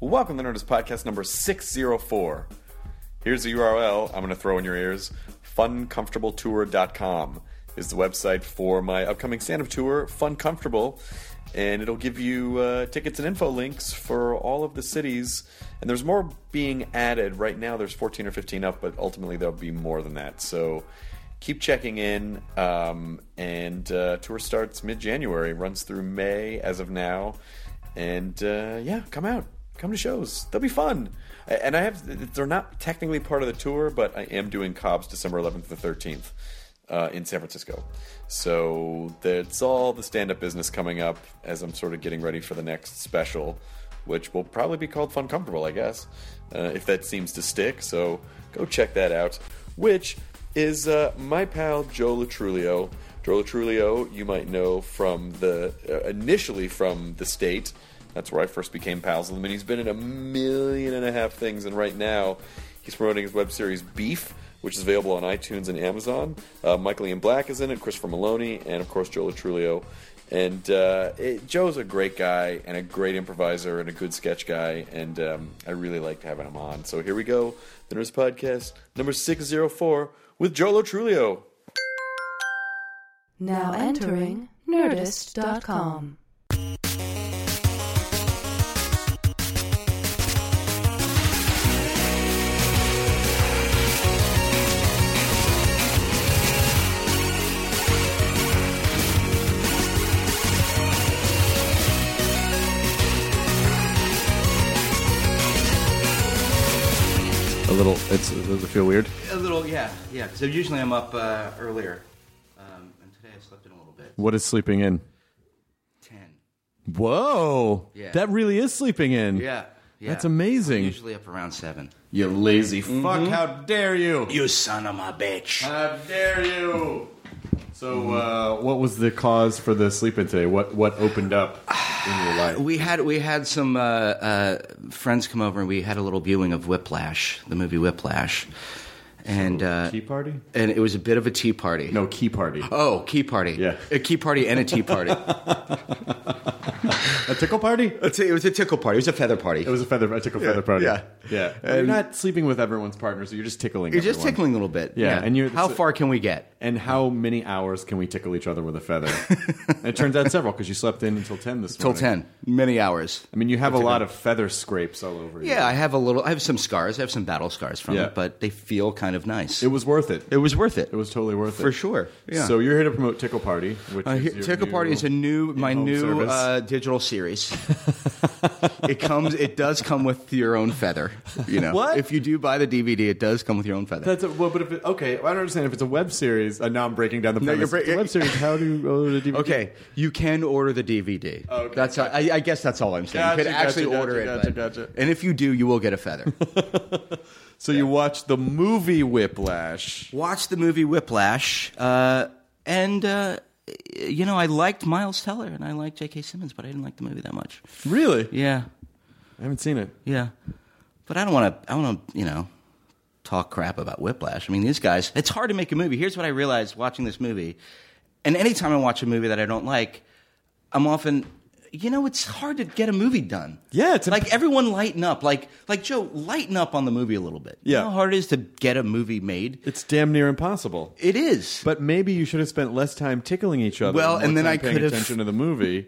Welcome to Nerdist Podcast number 604. Here's the URL I'm going to throw in your ears. FunComfortableTour.com is the website for my upcoming stand-up tour, Fun Comfortable, and it'll give you uh, tickets and info links for all of the cities. And there's more being added right now. There's 14 or 15 up, but ultimately there'll be more than that. So keep checking in. Um, and uh, tour starts mid-January, runs through May as of now. And uh, yeah, come out come to shows. They'll be fun. A- And I have they're not technically part of the tour, but I am doing Cobb's December 11th to 13th uh, in San Francisco. So that's all the stand up business coming up as I'm sort of getting ready for the next special, which will probably be called Fun Comfortable, I guess, uh, if that seems to stick. So go check that out. Which is uh, my pal Joe Latrulio. Joe Latrulio, you might know from the uh, initially from the state. That's where I first became pals with him, and he's been in a million and a half things. And right now, he's promoting his web series Beef, which is available on iTunes and Amazon. Uh, Michael Ian Black is in it, Christopher Maloney, and of course Joe Latrulio. And uh, it, Joe's a great guy and a great improviser and a good sketch guy, and um, I really liked having him on. So here we go, the Nurse Podcast number six zero four with Joe Latrulio. Now entering Nerdist.com. A little, it's, does it feel weird? A little, yeah, yeah. So usually I'm up uh, earlier, um, and today I slept in a little bit. What is sleeping in? Ten. Whoa, Yeah. that really is sleeping in. Yeah, yeah. That's amazing. I'm usually Mm-hmm. up around seven. You lazy fuck! How dare you? You son of a bitch. How dare you? So, uh, what was the cause for the sleep-in today? What what opened up in your life? we had we had some uh, uh, friends come over, and we had a little viewing of Whiplash, the movie Whiplash, and uh, Tea party? and it was a bit of a tea party. No, key party. Oh, key party. Yeah. A key party and a tea party. A tickle party? It's a- it was a tickle party. It was a feather party. It was a feather. A tickle feather party. yeah. yeah. you're And- not sleeping with everyone's partner, so you're just tickling. You're just everyone. tickling a little bit. Yeah, and you're- how far can we get? And how many hours can we tickle each other with a feather? And it turns out several because you slept in until ten this Till morning. ten. Many hours. I mean, you have a lot of feather scrapes all over. you. Yeah, I have a little. I have some scars. I have some battle scars from Yeah. it, but they feel kind of nice. It was worth it. It was worth it. It was totally worth it for sure. Yeah. So you're here to promote Tickle Party, which Uh, is here- your Tickle new Party is a new my in-home new service. uh, digital series. it comes. It does come with your own feather. You know, What? if you do buy the DVD, it does come with your own feather. That's a, well, but if it, okay, well, I don't understand if it's a web series. Uh, now I'm breaking down the No, you're premise. It's a break- web series. How do you order the DVD? okay, you can order the DVD. Oh, Okay. That's all- I, I guess that's all I'm saying. you Gotcha, can gotcha, actually gotcha, order gotcha, it, but- gotcha. and if you do, you will get a feather. so you watch the movie Whiplash. watched the movie Whiplash, uh, and uh, you know I liked Miles Teller and I liked J.K. Simmons, but I didn't like the movie that much. Really? Yeah, I haven't seen it. yeah, but I don't want to. I want to, you know, talk crap about Whiplash. I mean, these guys. It's hard to make a movie. Here's what I realized watching this movie, and anytime I watch a movie that I don't like, I'm often. You know, it's hard to get a movie done. Yeah, it's like imp- everyone lighten up. Like, like Joe, lighten up on the movie a little bit. You Yeah. know how hard it is to get a movie made. It's damn near impossible. It is. But maybe you should have spent less time tickling each other. Well, more and then time I paying could have- attention to the movie.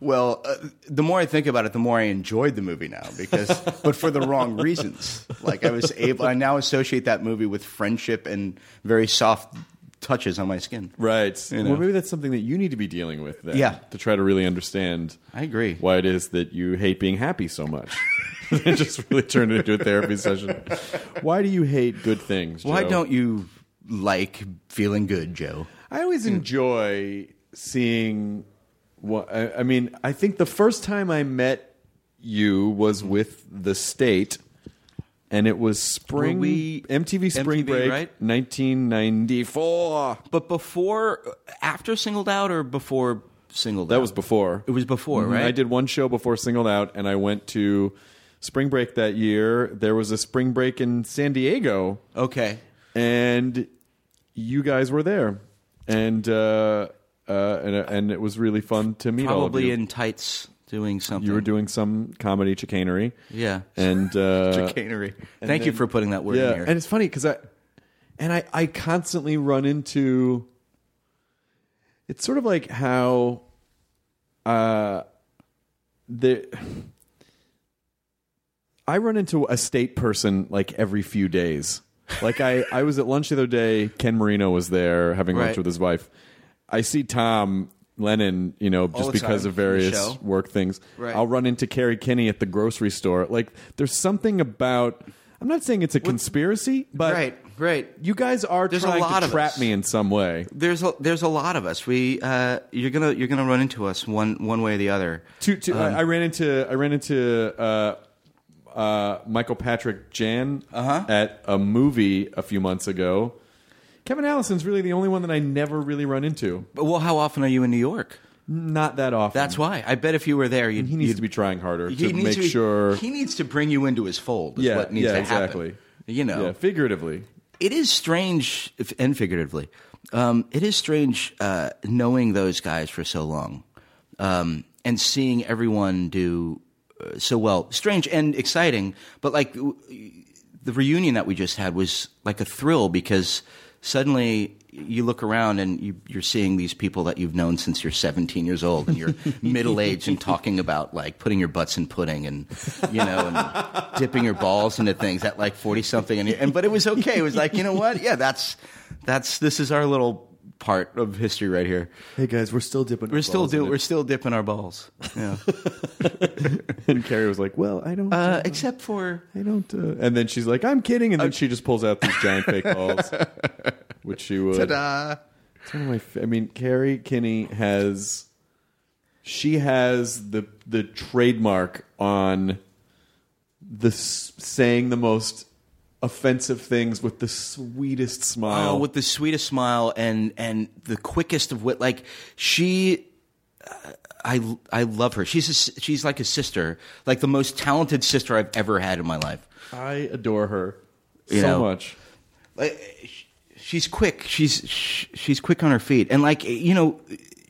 Well, uh, the more I think about it, the more I enjoyed the movie now because, but for the wrong reasons. Like I was able, I now associate that movie with friendship and very soft touches on my skin. right. You know. Well, maybe that's something that you need to be dealing with. Then, Yeah. To try to really understand. I agree. Why it is that you hate being happy so much. it just really turned it into a therapy session. Why do you hate good things? Why Joe? don't you like feeling good, Joe? I always enjoy seeing. What I, I mean, I think the first time I met you was Mm-hmm. with the state, and it was spring Were we- MTV Spring MTV, Break, right? nineteen ninety four. But before, uh, after singled out or before singled That was before. It was before, Mhm. right? I did one show before Singled Out, and I went to spring break that year. There was a spring break in San Diego, Okay. and you guys were there, and uh, uh, and and it was really fun to meet all of you. Probably in tights doing something. You were doing some comedy chicanery, yeah. and uh, Chicanery. and Thank you then- for putting that word yeah, in here. and it's funny because I and I I constantly run into. It's sort of like how, uh, the. I run into a state person like every few days. Like I, I was at lunch the other day. Ken Marino was there having lunch Right. with his wife. I see Tom Lennon, you know, just the because time, of various Michelle. work things. Right. I'll run into Carrie Kinney at the grocery store. Like there's something about. I'm not saying it's a conspiracy, but right, right. you guys are There's a trying lot to of trap us. me in some way. There's a, there's a lot of us. We uh, you're gonna you're gonna run into us one one way or the other. Two, two, Um. I, I ran into I ran into uh, uh, Michael Patrick Jan Uh-huh. at a movie a few months ago. Kevin Allison's really the only one that I never really run into. But, well, how often are you in New York? Not that often. That's why. I bet if you were there, you'd he needs you'd, to be trying harder he to needs make be- sure. he needs to bring you into his fold. Is yeah, what needs yeah, to happen. exactly. You know, yeah, figuratively. it is strange if- and figuratively um, it is strange uh, knowing those guys for so long um, and seeing everyone do uh, so well strange and exciting but like w- the reunion that we just had was like a thrill because suddenly you look around and you, you're seeing these people that you've known since you're 17 years old and you're middle aged and talking about like putting your butts in pudding and you know and dipping your balls into things at like 40 something and, and but it was okay it was like you know what yeah that's that's this is our little part of history right here Hey guys, we're still dipping. we're still do, we're still dipping our balls yeah And Carrie was like, "Well, I don't, uh, except for I don't." Uh, and then she's like, "I'm kidding," and then she just pulls out these giant fake balls, which she would. ta-da It's one of my. fa- I mean, Carrie Kinney has. She has the the trademark on the s- saying the most offensive things with the sweetest smile. Oh, with the sweetest smile and and the quickest of wit. Like she, uh, I I love her. She's a s she's like a sister, like the most talented sister I've ever had in my life. I adore her You so know. much. Like sh- she's quick. She's sh- she's quick on her feet, and like you know,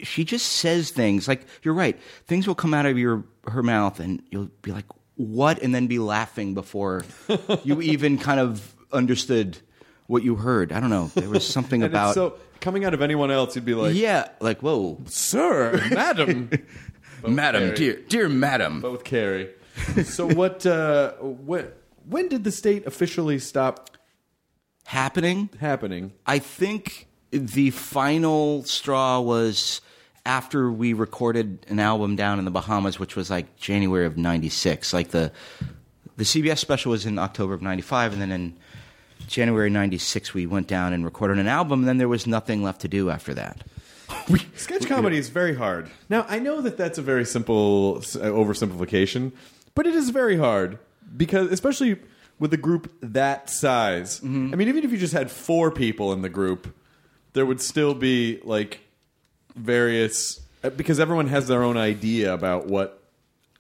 she just says things. Like you're right. Things will come out of your her mouth, and you'll be like, "What?" and then be laughing before you even kind of understood what you heard. I don't know. There was something And it's about. so coming out of anyone else, you'd be like, yeah, like whoa, "Sir, madam, madam, Mary. dear, dear madam. both Carrie." So what? Uh, what? When did the state officially stop Happening. happening? I think the final straw was after we recorded an album down in the Bahamas, which was like January of '96. Like the the CBS special was in October of '95, and then in January '96 we went down and recorded an album. And then there was nothing left to do after that. Sketch comedy is very hard. Now, I know that that's a very simple s- uh, oversimplification, but it is very hard because, especially with a group that size. I mean, even if you just had four people in the group, there would still be like various uh, because everyone has their own idea about what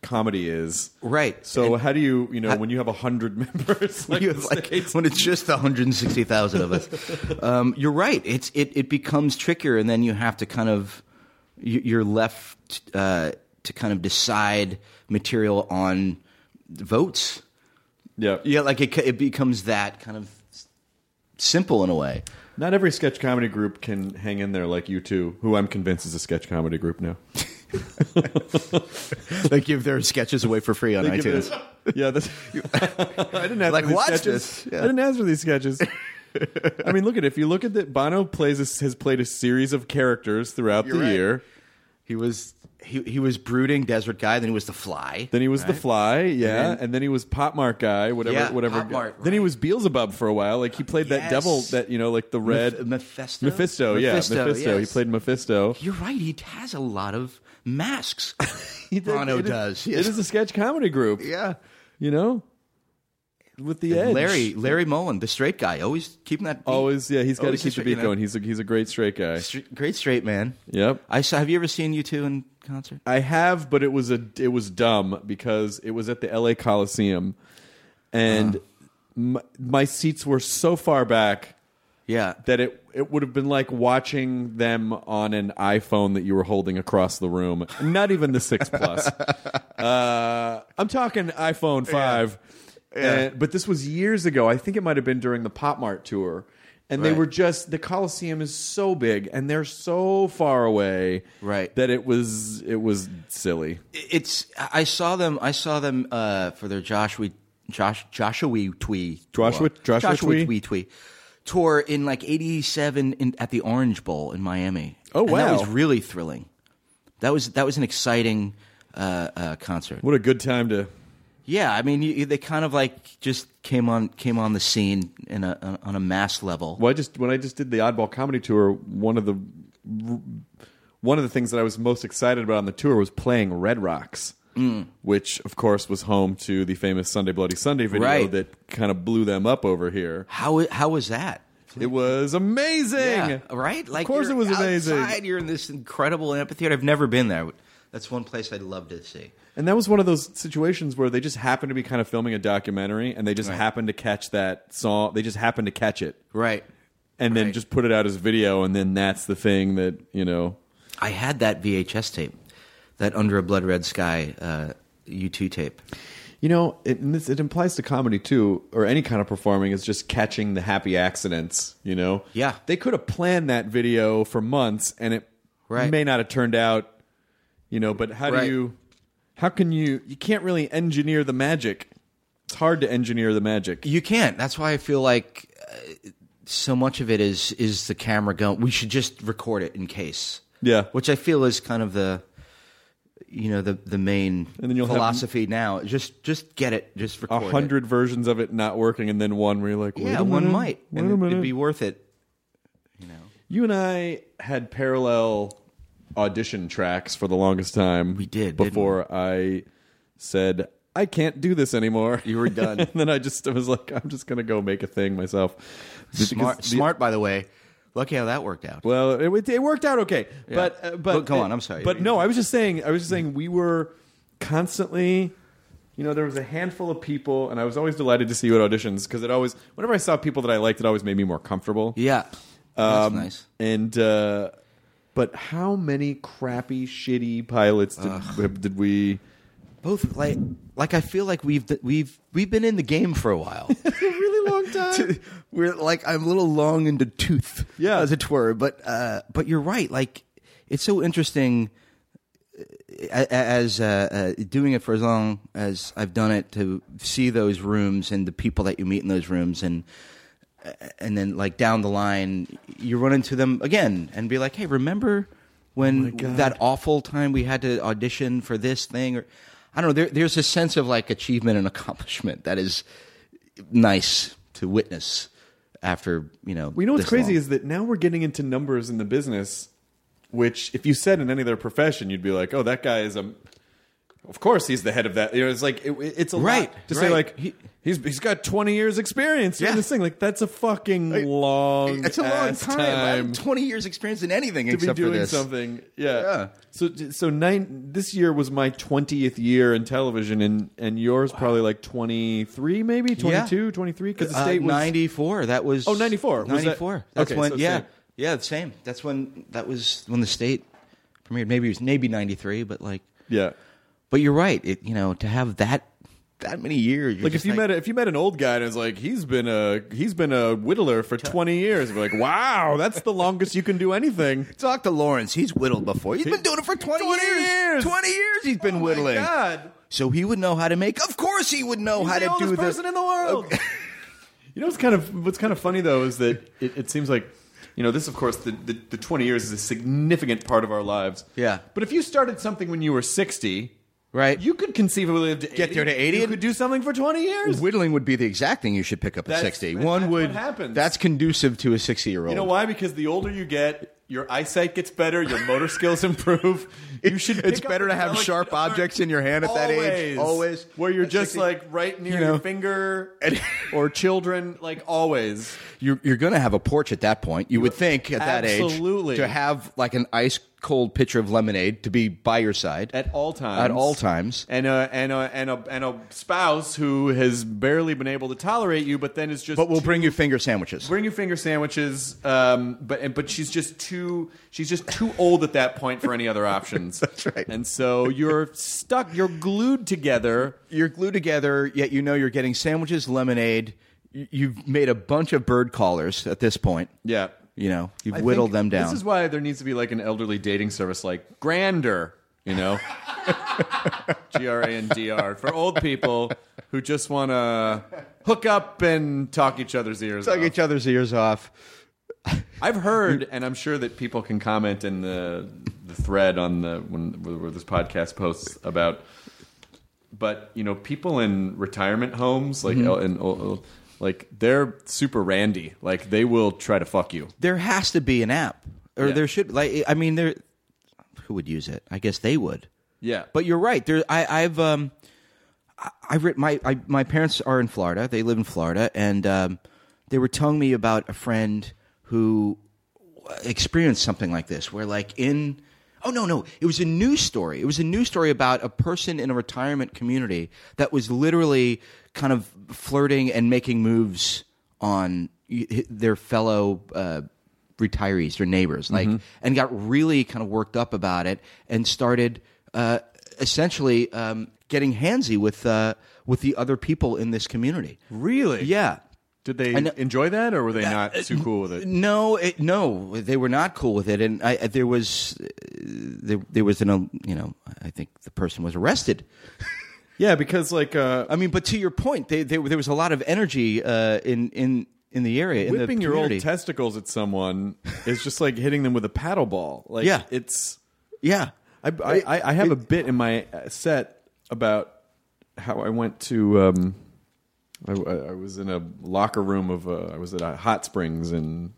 comedy is. Right. So how do you, you know, when you have a hundred members, like you the have, like, States, when it's just 160,000 of us. um, you're right. It's it, it becomes trickier, and then you have to kind of you- you're left uh, to kind of decide material on votes. yeah, Yeah, like it it becomes that kind of s- simple in a way. Not every sketch comedy group can hang in there like you two, who I'm convinced is a sketch comedy group now. They give their sketches away for free on They give it- yeah, that's, I didn't ask Like, for these watch sketches. this. Yeah. I didn't ask for these sketches. I mean, look at it. If you look at that, Bono plays a, has played a series of characters throughout You're the right. year. He was he, he was brooding desert guy. Then he was the fly. Then he was the Fly, yeah, and And then, he was Potmark guy, whatever, Yeah, whatever. Pop Mart, Then he right. was Beelzebub for a while. Like he played that Yes. devil, that you know, like the red Mephisto? Mephisto, yeah, Mephisto, Mephisto. yes. He played Mephisto. You're right. He has a lot of masks. He did- Bono it is- does. It is a sketch comedy group, yeah. you know, with the edge. Larry Larry Mullen, the straight guy, always keeping that beat. Always, yeah, he's got to Always keep the straight, beat you know. going. He's a, he's a great straight guy. Stra- great straight man. Yep. I saw. Have you ever seen you two in concert? I have, but it was a it was dumb because it was at the L.A. Uh-huh. Coliseum, and m- my seats were so far back Yeah. that it it would have been like watching them on an iPhone that you were holding across the room. Not even the six plus. uh, I'm talking iPhone five. And- but this was years ago. I think it might have been during the Pop Mart tour, and they Right. were just the Coliseum is so big and they're so far away, Right. That it was it was silly. It's I saw them I saw them uh, for their Joshua Josh Joshua Twee Joshua- Joshua Twee? Twee Twee tour in like '87 in, at the Orange Bowl in Miami. Oh, And that wow. was really thrilling. That was that was an exciting uh, uh, concert. What a good time to Yeah, I mean you, you- they kind of like just came on came on the scene in a on a mass level. Well, I just when I just did the Oddball Comedy Tour, one of the one of the things that I was most excited about on the tour was playing Red Rocks, which of course was home to the famous Sunday Bloody Sunday video Right. that kind of blew them up over here. How how was that? It was amazing, Yeah, right? of course, it you're was amazing. outside, You're in this incredible amphitheater. I've never been there. That's one place I'd love to see. And that was one of those situations where they just happened to be kind of filming a documentary, and they just happened to catch that song. They just happened to catch it, Right. and then Right. just put it out as a video, and then that's the thing that you know. I had that VHS tape, that Under a Blood Red Sky uh, U2 tape. You know, it, and this, it implies to comedy too, or any kind of performing is just catching the happy accidents. You know, Yeah. they could have planned that video for months, and it Right. may not have turned out. You know, but how Right. do you? How can you? You can't really engineer the magic. It's hard to engineer the magic. You can't. That's why I feel like uh, so much of it is is the camera going. We should just record it in case. Yeah. Which I feel is kind of the, you know, the the main And then you'll have- philosophy now. Just just get it. Just A record it. hundred versions of it not working, and then one where you're like, Wait Yeah, a one minute, might. wait and a it'd- minute." it'd be worth it. You and I had parallel audition tracks for the longest time. We did, didn't Before I said, I can't do this anymore. You were done. and then I just I was like, I'm just going to go make a thing myself. Because Smart, the- smart. By the way, lucky how that worked out. Well, it, it- it worked out okay. But, uh, but, But go on, I'm sorry. But no, I was just saying, I was just saying we were constantly. You know, there was a handful of people, and I was always delighted to see you at auditions because it always, whenever I saw people that I liked, it always made me more comfortable. yeah, that's nice. Um, And uh, but how many crappy, shitty pilots did, did we? Both like like I feel like we've we've we've been in the game for a while. A really long time. We're like I'm a little long in the tooth, Yeah. as it were. But uh, but you're right. Like it's so interesting uh, a- as uh, uh, doing it for as long as I've done it to see those rooms and the people that you meet in those rooms and and then like down the line you run into them again and be like hey remember Oh when that awful time we had to audition for this thing or i don't know there, there's a sense of like achievement and accomplishment that is nice to witness after you know we know what's this crazy long. is that now we're getting into numbers in the business, which if you said in any other profession, you'd be like, "Oh, that guy is a." Of course, he's the head of that. You know, it's like it, it's a Right, lot to say right. like he, he's he's got twenty years experience doing Yeah. this thing. Like that's a fucking long. it's a long ass time, I have 20 years experience in anything to be except for doing this something. Yeah. Yeah. So so nine. This year was my twentieth year in television, and and yours probably like twenty three, maybe 22, 23? because the Uh, state was 94 that was Oh, 94. Was that- 94 that's okay, when so yeah same. yeah same that's when that was when the state premiered maybe it was maybe 93 but like yeah. But you're right. It, you know, to have that that many years, you're Like just if you met a, if you met an old guy and it's like he's been a he's been a whittler for twenty years, you'd be like wow, that's the longest you can do anything. talk to Lawrence, he's whittled before. He's been doing it for 20, 20 years. Twenty years he's been Oh my whittling. God. So he would know how to make. Of course, he would know He's how the to oldest do person in the world. you know what's kind of what's kind of funny though is that it, it seems like you know this of course the, the the 20 years is a significant part of our lives. Yeah. But if you started something when you were 60, right. you could conceivably live to Get there to 80 You and- could do something for 20 years. whittling would be the exact thing you should pick up at That's- sixty. that's One what would. happens. That's conducive to a sixty-year-old. You know why? Because the older you get, your eyesight gets better, your motor skills improve. You should. It's pick up better to a have relic sharp guitar. objects in your hand at that age. Always. where you're At just 60 like right near you your know. finger or children, like always. You're, you're going to have a porch at that point. You would think at that age Absolutely. to have like an ice cold pitcher of lemonade to be by your side at all times. At all times. And a and a and a and a spouse who has barely been able to tolerate you, but then is just But we'll too- bring you finger sandwiches. bring you finger sandwiches. Um, but and, but she's just too she's just too old at that point for any other options. That's right. And so you're stuck. You're glued together. You're glued together, yet you know you're getting sandwiches, lemonade. You- You've made a bunch of bird callers at this point. Yeah. You know, you've I whittled think them down. This is why there needs to be like an elderly dating service, like Grander. You know. G R A N D R for old people who just want to hook up and talk each other's ears. Tug off. each other's ears off. I've heard, and I'm sure that people can comment in the the thread on the when where this podcast posts about. But you know, people in retirement homes, like Mm-hmm. el- in el- like they're super randy. Like they will try to fuck you. There has to be an app, or Yeah. there should. Like, I mean, there. Who would use it? I guess they would. Yeah, But you're right. There, I, I've um, I, I've written my I, my parents are in Florida. They live in Florida, and um, they were telling me about a friend who experienced something like this, where like in oh no no, it was a news story. It was a news story about a person in a retirement community that was literally kind of flirting and making moves on y- their fellow. Uh, retirees their neighbors like and got really kind of worked up about it and started uh, essentially um, getting handsy with uh, with the other people in this community really. yeah Did they I know- uh, enjoy that, or were they not too cool with it? no it, no they were not cool with it and I, I- there was uh, there, there was an um, you know I think the person was arrested Yeah, because like uh, I mean but to your point they, they, there was a lot of energy uh, in in in the area in the whipping your old community. testicles at someone is just like hitting them with a paddle ball. Like Yeah. it's yeah I, I, I- I have a bit in my uh, set about how I went to. Um, I, I- I was in a locker room of. uh, I was at a hot springs in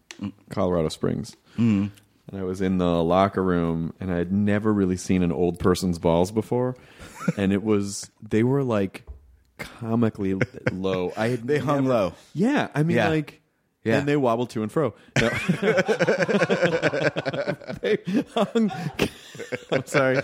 Colorado Springs. Mm. And I was in the locker room, and I had never really seen an old person's balls before, and it was they were like comically low. I had They hung never- low. Yeah, I mean Yeah. like, Yeah. and they wobbled to and fro. No. they hung. I'm sorry.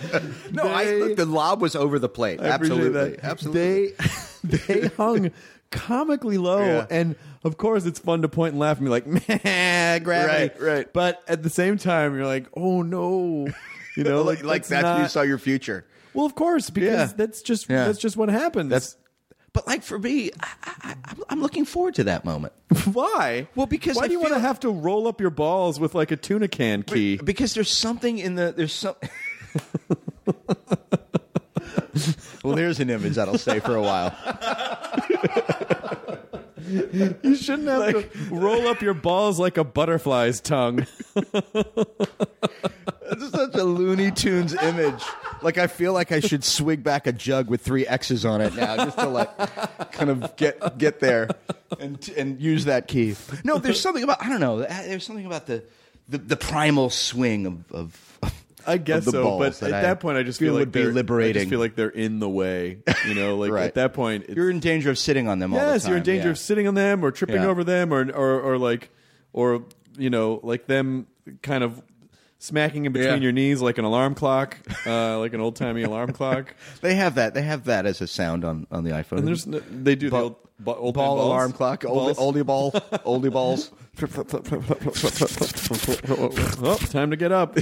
no I, They- look, the lob was over the plate I appreciate absolutely that. absolutely They they hung comically low, Yeah. and of course it's fun to point and laugh and be like, "Meh, gravity," Right, right. But at the same time, you're like, "Oh no," you know, like, like that's not- you saw your future. Well, of course, because Yeah. that's just Yeah. that's just what happens. That's, but like for me, I, I, I'm- I'm looking forward to that moment why. Well, because why I do you want to feel- have to roll up your balls with like a tuna can key? because there's something in the there's some. well, there's an image that'll stay for a while. you shouldn't have to roll up your balls like a butterfly's tongue. It's such a Looney Tunes image. Like I feel like I should swig back a jug with three X's on it now, just to like kind of get get there and and use that key. No, there's something about I don't know. uh, There's something about the the, the primal swing of. of I guess the so, balls but that at I that point, I just feel, feel like would be they're- I just liberating. feel like they're in the way, you know. Like Right. at that point, it's, You're in danger of sitting on them all the yes, time. you're in danger yeah. of sitting on them or tripping Yeah. over them or, or or like or you know like them kind of smacking in between Yeah. your knees like an alarm clock, uh, like an old timey alarm clock. They have that. They have that as a sound on, on the iPhone. And there's no, they do the Ball- old, bu- old man ball balls. alarm clock, oldie, Balls. oldie ball, oldie balls. oh, time to get up.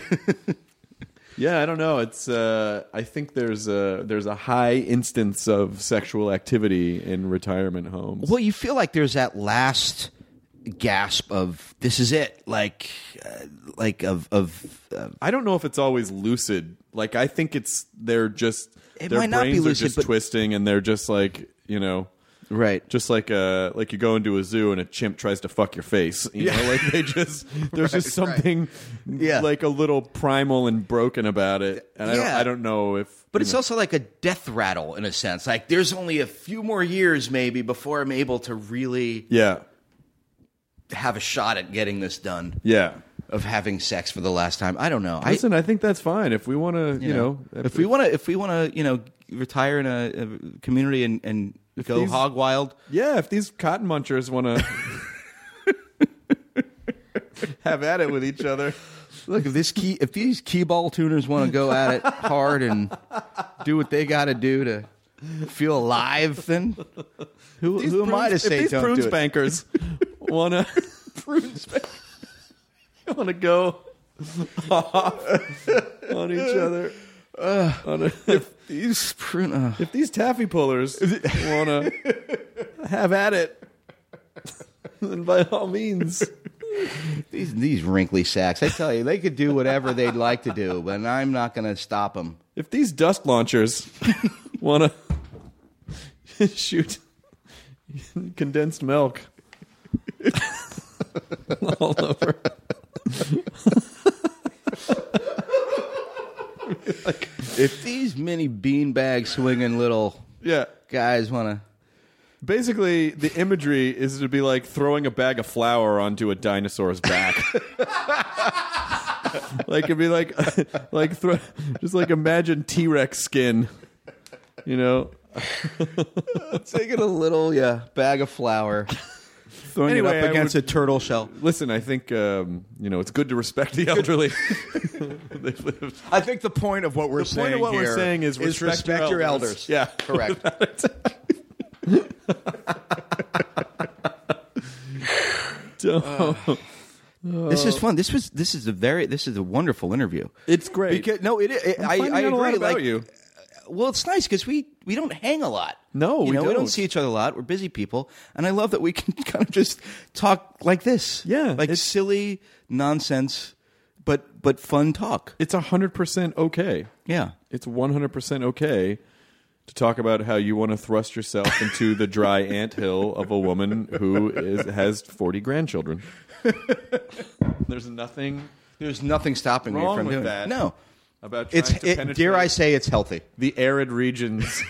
yeah, I don't know. It's uh, I think there's a there's a high instance of sexual activity in retirement homes. Well, you feel like there's that last gasp of this is it, like, uh, like of of. Uh, I don't know if it's always lucid. Like I think it's they're just It their might not be brains lucid, are just but- twisting and they're just like you know. right. Just like uh like you go into a zoo and a chimp tries to fuck your face, you know, like they just there's just something, Yeah. like a little primal and broken about it, and I, don't, Yeah. I don't know if But it's also like a death rattle in a sense. Like there's only a few more years maybe before I'm able to really yeah have a shot at getting this done. yeah. Of having sex for the last time. I don't know. I, Listen, I, think that's fine if we want to, you, know, if, we want to, if we want to, you know, retire in a, a community and and go these- hog wild, yeah, if these cotton munchers want to have at it with each other, Look, if this key, if these key ball tuners want to go at it hard and do what they got to do to feel alive, then who, who am I to If say these don't prunes do it? bankers want to prunes want to go off on each other. On a- if, These prune, uh, if these taffy pullers want to have at it, then by all means, these these wrinkly sacks. I tell you, they could do whatever they'd like to do, but I'm not going to stop them. if these dust launchers want to shoot condensed milk all over. If these mini beanbag swinging little Yeah. guys want to. Basically, the imagery is to be like throwing a bag of flour onto a dinosaur's back. like it'd be like, like throw, just like imagine T Rex skin, you know, Taking a little yeah bag of flour, throwing Anyway, it I up against a turtle shell. Listen, I think um, you know it's good to respect the elderly. They've lived. I think the point of what we're The point of what we're saying is respect, your elders. Yeah, correct. Don't- This is fun. This was this is a very this is a wonderful interview. it's great. Because no, it, it I, finding out I a agree. lot about like, you. Well, it's nice because we we don't hang a lot. No, You we know, we don't. don't see each other a lot. We're busy people, and I love that we can kind of just talk like this. Yeah, like it's- silly nonsense, but but fun talk. it's hundred percent okay. Yeah, It's one hundred percent okay to talk about how you want to thrust yourself into the dry anthill of a woman who is, has forty grandchildren. There's nothing there's nothing stopping me wrong from with doing that. it. No, about trying it's to it, penetrate dare I say it's healthy. the arid regions,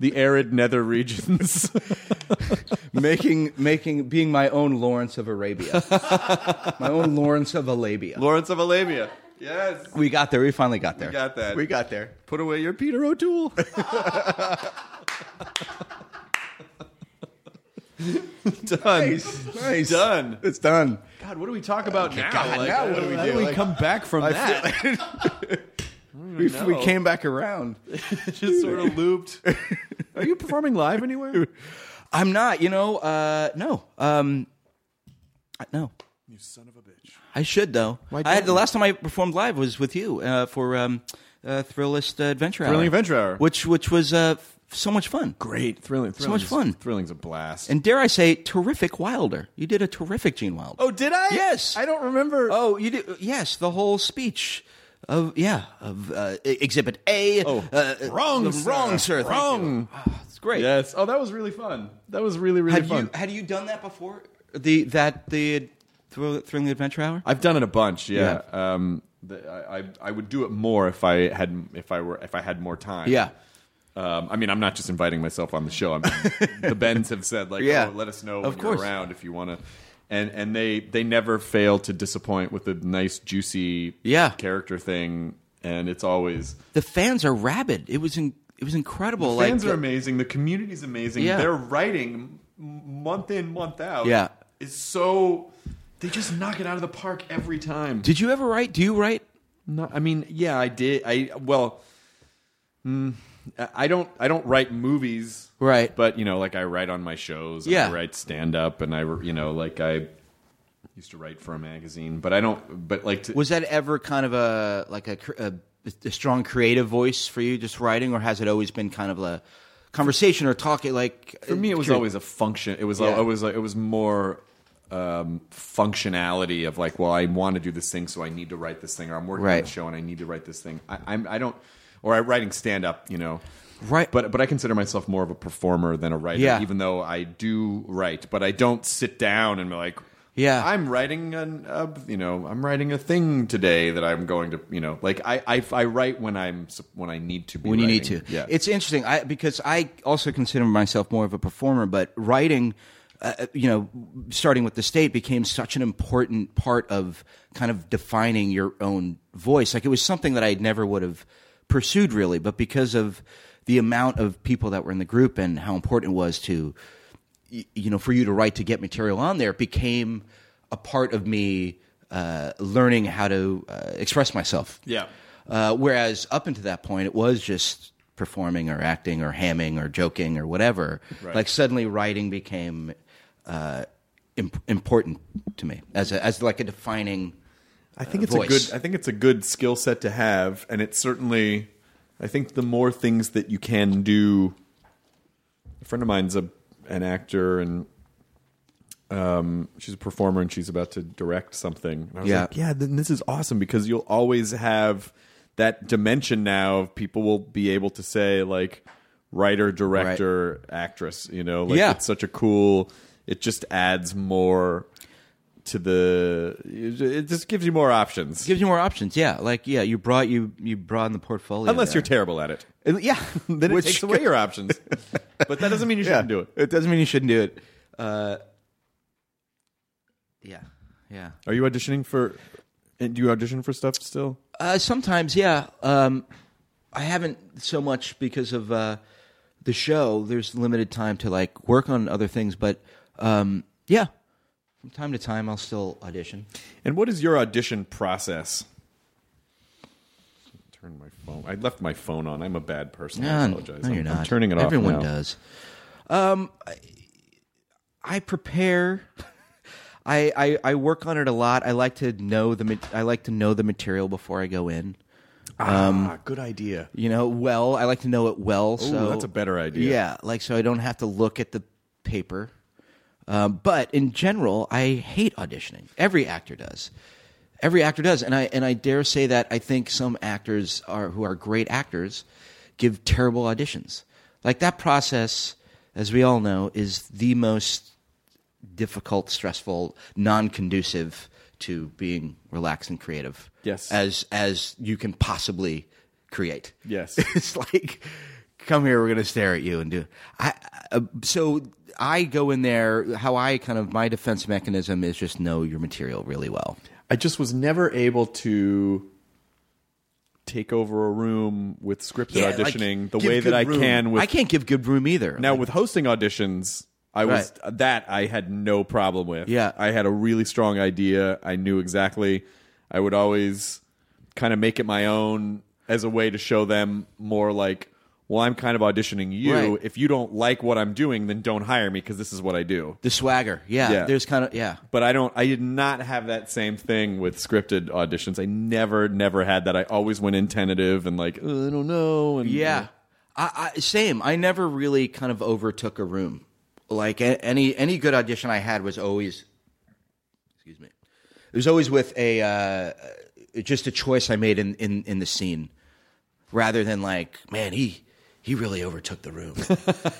the arid nether regions. making making being my own Lawrence of Arabia, my own Lawrence of Arabia. Lawrence of Arabia. Yes. We got there. We finally got there. We got that. We got there. Put away your Peter O'Toole. Done. Nice. Done. It's done. God, what do we talk about now? God, now what do we how do? we Like, come back from I that? feel- we, even we know. came back around. Just sort of looped. Are you performing live anywhere? I'm not. You know. Uh, no. Um, I- no. You son of a bitch. I should though. Why I had, the don't you? last time I performed live was with you uh, for um, uh, Thrillist uh, Adventure Hour. Thrilling Adventure Hour. which which was uh, f- so much fun. Great. Thrilling. So much fun. Thrilling's a blast. And dare I say, terrific Wilder. You did a terrific Gene Wilder. oh, did I? Yes. I don't remember. Oh, you do? Yes, the whole speech of yeah of uh, e- Exhibit A. Oh, uh, wrong, the- sir. wrong, sir. Thank you. Wrong. Ah, it's great. Yes. Oh, that was really fun. That was really, really Had fun. you had you done that before? The that the Thrill- thrilling adventure hour. I've done it a bunch, yeah. Um, the, I, I I would do it more if I had if I were if I had more time. Yeah. Um, I mean, I'm not just inviting myself on the show. I'm, the Bens have said like, Yeah. oh, let us know Of when course. you're around if you want to. And and they they never fail to disappoint with a nice juicy Yeah. character thing, and it's always The fans are rabid. It was in, it was incredible. like fans the- are amazing. The community's amazing. Yeah. Their writing m- month in month out. Yeah. is so they just knock it out of the park every time. Did you ever write? Do you write? No, I mean, yeah, I did. I well, mm, I don't. I don't write movies, Right. But you know, like I write on my shows. And Yeah. I write stand up, and I, you know, like I used to write for a magazine, but I don't. But like, to, Was that ever kind of a like a, cr- a a strong creative voice for you, just writing, or has it always been kind of a conversation or talking? Like for me, it was always a function. It was. Yeah. al- It was. Like, it was more um, functionality of like, well, I want to do this thing, so I need to write this thing, or I'm working on Right. the show, and I need to write this thing. I, I'm. I don't. Or I'm writing stand up. You know. right. but but I consider myself more of a performer than a writer. Yeah. Even though I do write, but I don't sit down and be like, Yeah. I'm writing an, a you know I'm writing a thing today that I'm going to you know like I I, I write when I'm s- when I need to be when you need writing. to. Yeah, It's interesting I, because I also consider myself more of a performer, but writing, uh, you know, starting with the state became such an important part of kind of defining your own voice. Like it was something that I never would have pursued really, but because of the amount of people that were in the group and how important it was to, y- you know, for you to write to get material on there, it became a part of me uh, learning how to uh, express myself. Yeah. Uh, whereas up until that point, it was just performing or acting or hamming or joking or whatever. Like suddenly, writing became uh, imp- important to me as a, as like a defining. I think it's Uh, voice. a good. I think it's a good skill set to have, and it's certainly. I think the more things that you can do. A friend of mine's a an actor, and um, she's a performer, and she's about to direct something. And I was Yeah. like, yeah. Then this is awesome because you'll always have that dimension now of people will be able to say like writer, director, actress. You know, like Yeah. it's such a cool. It just adds more to the it just gives you more options Gives you more options, yeah. Like, yeah, you brought you you broaden the portfolio. unless there. you're terrible at it yeah, then it takes away your options but that doesn't mean you yeah. shouldn't do it It doesn't mean you shouldn't do it. Uh, yeah, yeah. are you auditioning for and do you audition for stuff still Uh, sometimes, yeah. Um, I haven't so much because of uh, the show. There's limited time to like work on other things, but um, yeah, from time to time, I'll still audition. and what is your audition process turn my phone i left my phone on i'm a bad person i No, apologize no, I'm, you're I'm not. turning it Everyone off now. does. Um, I, I prepare. I, I I work on it a lot. I like to know the mat- I like to know the material before I go in. Um, ah, good idea You know, well, I like to know it well. so that's a better idea. Yeah, like so I don't have to look at the paper. Um, but in general, I hate auditioning. Every actor does. Every actor does, and I and I dare say that I think some actors are who are great actors give terrible auditions. Like that process, as we all know, is the most difficult, stressful, non-conducive to being relaxed and creative. Yes. as as you can possibly create Yes. it's like come here we're going to stare at you and do i uh, so i go in there how i kind of my defense mechanism is just know your material really well I just was never able to take over a room with scripted like, auditioning the give way that good I room. can with i can't give good room either now with hosting auditions. I was that I had no problem with. Yeah. I had a really strong idea. I knew exactly. I would always kind of make it my own as a way to show them more like, well, I'm kind of auditioning you. Right. If you don't like what I'm doing, then don't hire me because this is what I do. the swagger yeah, Yeah. there's kind of yeah but I don't. I did not have that same thing with scripted auditions. I never, never had that. I always went in tentative and like, "Uh, I don't know. And yeah I, I same i never really kind of overtook a room like a, any any good audition i had was always excuse me it was always with a uh, just a choice i made in in, in the scene rather than like, man, he he really overtook the room.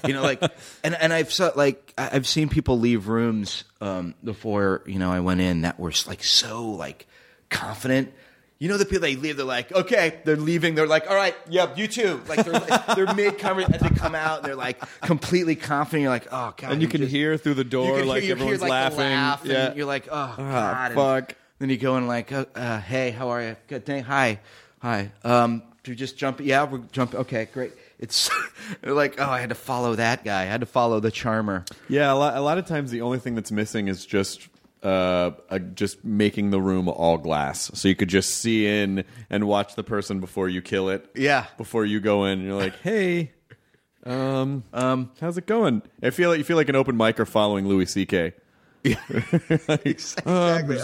you know, like and and I've saw, like I- I've seen people leave rooms um, before you know I went in that were like so like confident. You know the people they leave, they're like, okay, they're leaving. They're like, all right, yep, you too. Like they're they're mid conversation, and they come out and they're like completely confident. You're like, oh god, and you can just- hear through the you door can like hear, you hear, everyone's like, the laughing. laugh, and yeah, you're like, oh, god, and fuck. then you go in like, uh, uh, hey, how are you? Good day. Hi, hi. Um, do you just jump? Yeah, we're jumping. Okay, great. It's they're like, oh, I had to follow that guy. I had to follow the charmer. yeah. A lot, a lot of times, the only thing that's missing is just. Uh, uh, just making the room all glass, so you could just see in and watch the person before you kill it. Yeah. before you go in, and you're like, "Hey, um, um, how's it going?" I feel like you feel like an open mic or following Louis C.K. Um, just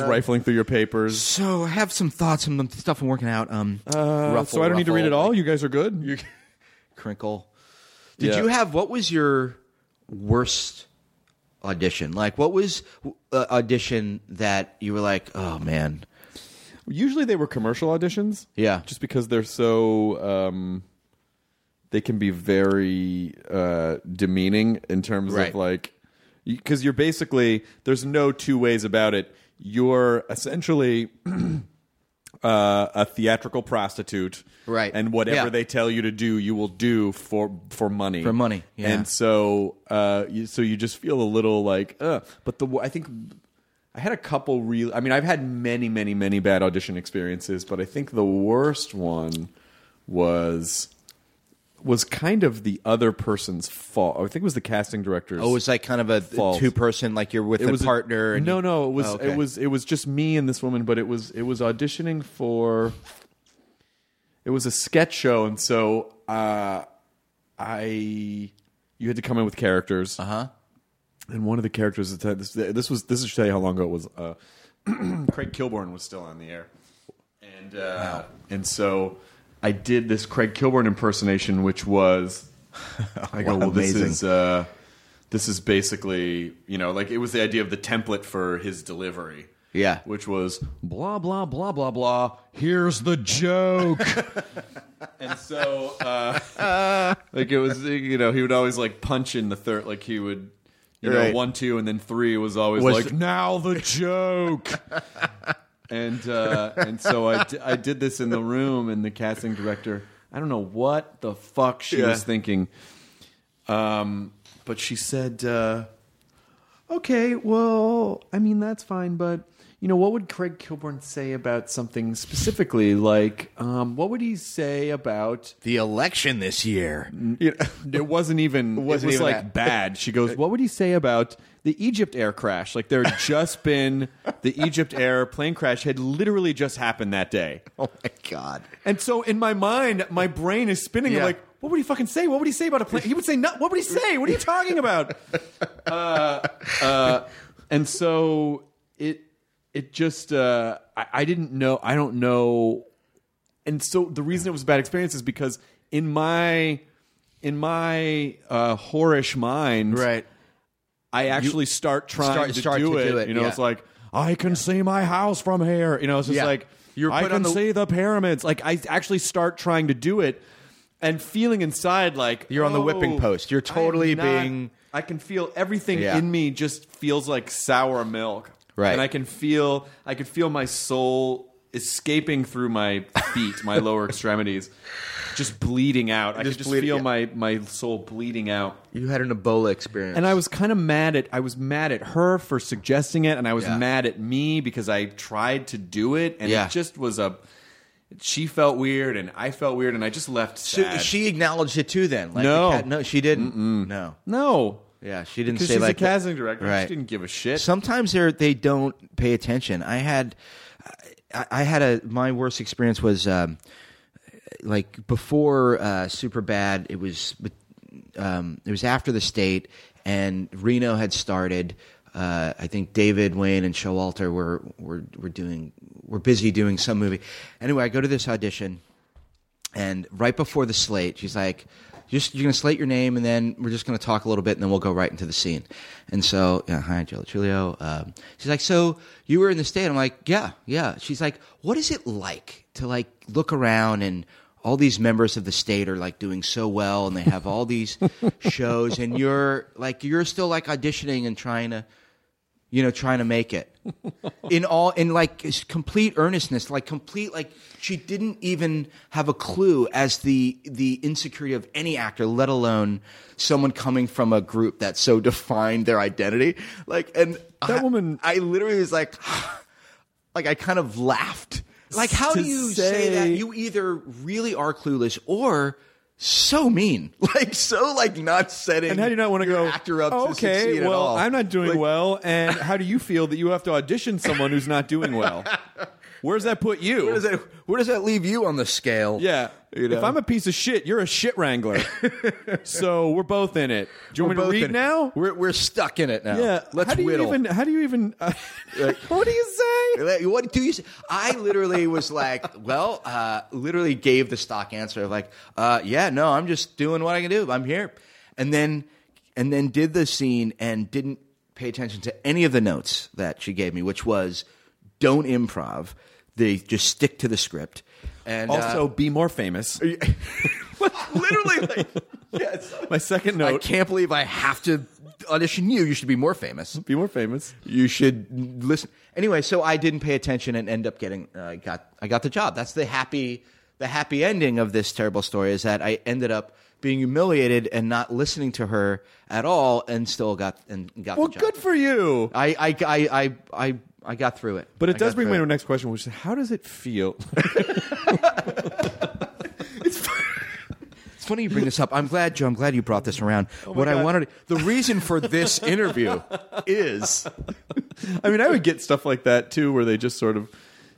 rifling through your papers. So I have some thoughts on the stuff I'm working out. Um, ruffle, so I don't need to ruffle, read it all. like, You guys are good. crinkle. Did Yeah. you have what was your worst audition? Like, what was uh, audition that you were like, oh man, Usually they were commercial auditions. Yeah. just because they're so um, they can be very uh, demeaning in terms Right. of like because you're basically there's no two ways about it. You're essentially uh, a theatrical prostitute, Right. And whatever Yeah. they tell you to do, you will do for for money. For money, yeah. And so, uh, you, so you just feel a little like, uh, but the I think I had a couple real. I mean, I've had many, many, many bad audition experiences, but I think the worst one was was kind of the other person's fault. I think it was the casting director's. Oh, it was like kind of a Fault. two person, like you're with it a was partner. and no, you- no, it was Oh, okay. it was it was just me and this woman, but it was it was auditioning for. It was a sketch show, and so uh, I you had to come in with characters. Uh Uh-huh. huh. And one of the characters at the time- this this was this is to tell you how long ago it was. Uh, Craig Kilborn was still on the air, and uh, and so I did this Craig Kilborn impersonation, which was I go, well, Amazing. this is uh, this is basically you know like it was the idea of the template for his delivery. Yeah. which was blah blah blah blah blah. Here's the joke, and so uh, like it was you know he would always like punch in the third like he would you know Right. one two and then three was always Was- like now the joke and uh, and so I, di- I did this in the room, and the casting director, I don't know what the fuck she Yeah. was thinking, um, but she said, uh, "Okay, well, I mean that's fine, but you know what would Craig Kilborn say about something specifically? Like, um, what would he say about?" the election this year. you know, it wasn't even it, wasn't was even like that. bad. She goes, "What would he say about the Egypt air crash? Like there had just been the Egypt air plane crash had literally just happened that day." Oh my god. And so in my mind, my brain is spinning I'm Yeah. like, "What would he fucking say? What would he say about a plane? He would say, no, what would he say? What are you talking about?" uh, uh, and so it it just uh, I, I didn't know. I don't know and so the reason it was a bad experience is because in my in my uh whorish mind Right. i actually start trying Start- to, start do, to it. do it, you know yeah. it's like i can see my house from here you know it's just Yeah. like You're i put can on the- see the pyramids like i actually start trying to do it and feeling inside like You're on the whipping "Oh, post. You're I am totally not- being- i can feel everything Yeah. in me just feels like sour milk Right. and i can feel i can feel my soul escaping through my feet my lower extremities just bleeding out i could Just just bleed- feel yeah. my my soul bleeding out You had an Ebola experience. and I was kind of mad at I was mad at her for suggesting it, and I was Yeah. mad at me because I tried to do it, and Yeah. it just was a. She felt weird, and I felt weird, and I just left. she, Sad. she acknowledged it too then. Like No. the cat- no, she didn't. No. no, Yeah, she didn't because say she's like a casting director. Right. She didn't give a shit. Sometimes they're they don't pay attention. I had I, I had a my worst experience was um, like before uh, super bad it was um, it was after the state and Reno had started uh, I think David Wayne and Showalter were were were doing were busy doing some movie anyway I go to this audition and right before the slate, she's like, just, you're going to slate your name, and then we're just going to talk a little bit, and then we'll go right into the scene. And so, yeah, hi, Angela Chulio. Um, she's like, so you were in the state? I'm like, yeah, yeah. She's like, what is it like to like look around and all these members of the state are like doing so well, and they have all these shows, and you're like, you're still like auditioning and trying to you know, trying to make it in all in like s- complete earnestness, like complete like she didn't even have a clue as the the insecurity of any actor, let alone someone coming from a group that so defined their identity. Like, and That I- woman- I literally was like, like I kind of laughed. Like, how To do you say that? say- You either really are clueless or. So mean, like so, like not setting. and how do you not want to your go actor up? to Okay, succeed at well, all. I'm not doing Like, well, and how do you feel that you have to audition someone who's not doing well? Where does that put you? Where does that where does that leave you on the scale? Yeah. If I'm a piece of shit, you're a shit wrangler. so we're both in it. Do you We're want me to both read in it. now? We're we're stuck in it now. Yeah. Let's how do whittle. You even, how do you even. Uh, what do you say? what do you? s- I literally was like, well, uh, literally gave the stock answer of like, uh, yeah, no, I'm just doing what I can do. I'm here, and then and then did the scene and didn't pay attention to any of the notes that she gave me, which was don't improv. They just stick to the script. And uh, Also, be more famous. literally, like, yes, My second I note can't believe I have to audition you. You should be more famous. be more famous. You should listen. Anyway, so I didn't pay attention and end up getting uh, got I got the job. That's the happy the happy ending of this terrible story is that I ended up being humiliated and not listening to her at all, and still got and got Well, the job. good for you. I I I I I, I got through it. But I it does got bring me through to it. my next question, which is how does it feel? It's It's funny you bring this up. I'm glad, Joe. I'm glad you brought this around. Oh what I wanted, the reason for this interview is I mean, I would get stuff like that too, where they just sort of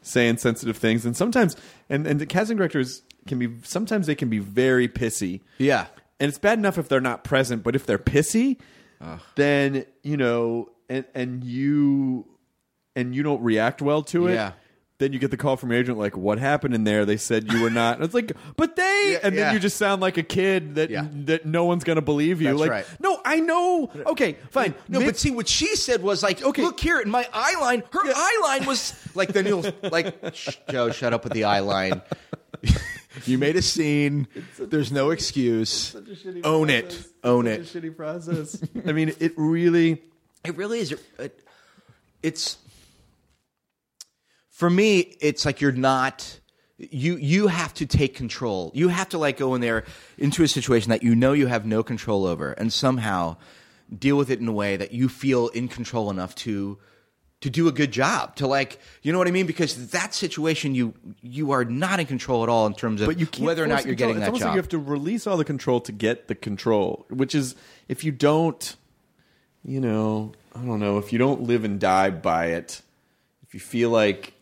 say insensitive things, and sometimes, and and the casting directors can be sometimes they can be very pissy. Yeah. and it's bad enough if they're not present, but if they're pissy, then you know, and and you and you don't react well to it. Yeah. Then you get the call from your agent, like, "What happened in there?" They said you were not. And it's like, but they, Yeah, and then yeah. you just sound like a kid that Yeah. that no one's gonna believe you. That's like, right. no, I know. Okay, fine. No, Mid- but see what she said was like, okay, look here in my eye line. Her eye line was like the new like "Shh, Joe, shut up with the eye line. you made a scene. There's no excuse. Own it. Own it. shitty process. I mean, it really. It really is. It, it's for me. It's like you're not. You you have to take control. You have to like go in there into a situation that you know you have no control over, and somehow deal with it in a way that you feel in control enough to to do a good job. To like, you know what I mean? Because that situation, you you are not in control at all in terms of But you can't whether or force not you're control. getting it's that almost Like job. you have to release all the control to get the control, which is if you don't, you know, I don't know, if you don't live and die by it, if you feel like,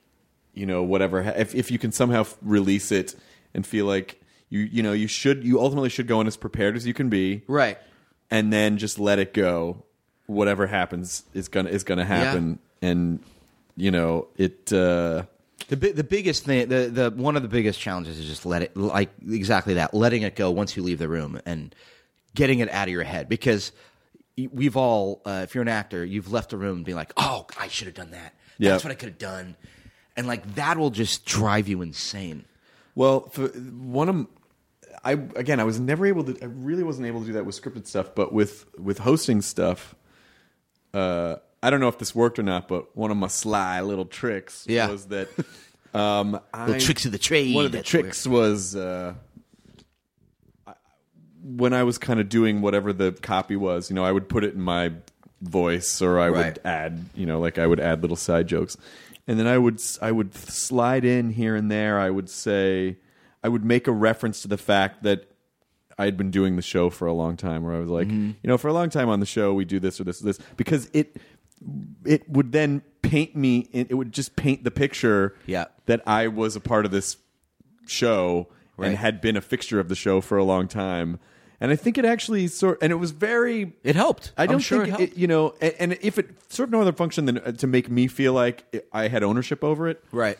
you know, whatever, ha- if if you can somehow f- release it and feel like you, you know, you should, you ultimately should go in as prepared as you can be, right. and then just let it go. Whatever happens is gonna is gonna happen, and you know it. uh The bi- the biggest thing, the, the one of the biggest challenges is just let it like exactly that, letting it go once you leave the room and getting it out of your head because y- we've all, uh, if you're an actor, you've left the room being like, oh, I should have done that. Yeah. That's what I could have done, and like that will just drive you insane. Well, for one of, m- I again, I was never able to. I really wasn't able to do that with scripted stuff, but with with hosting stuff, uh, I don't know if this worked or not. But one of my sly little tricks Yeah. was that um, I, The tricks of the trade. One of the that's tricks was uh, I- when I was kind of doing whatever the copy was. You know, I would put it in my voice, or I Right. would add. You know, like I would add little side jokes, and then I would s- I would slide in here and there. I would say I would make a reference to the fact that. I had been doing the show for a long time, where I was like, Mm-hmm. you know, for a long time on the show, we do this or this or this, because it it would then paint me it it would just paint the picture Yeah. that i was a part of this show Right. and had been a fixture of the show for a long time and i think it actually sort and it was very It helped. i I'm don't sure it think helped. you know and, and if it served no other function than uh, to make me feel like it- i had ownership over it Right.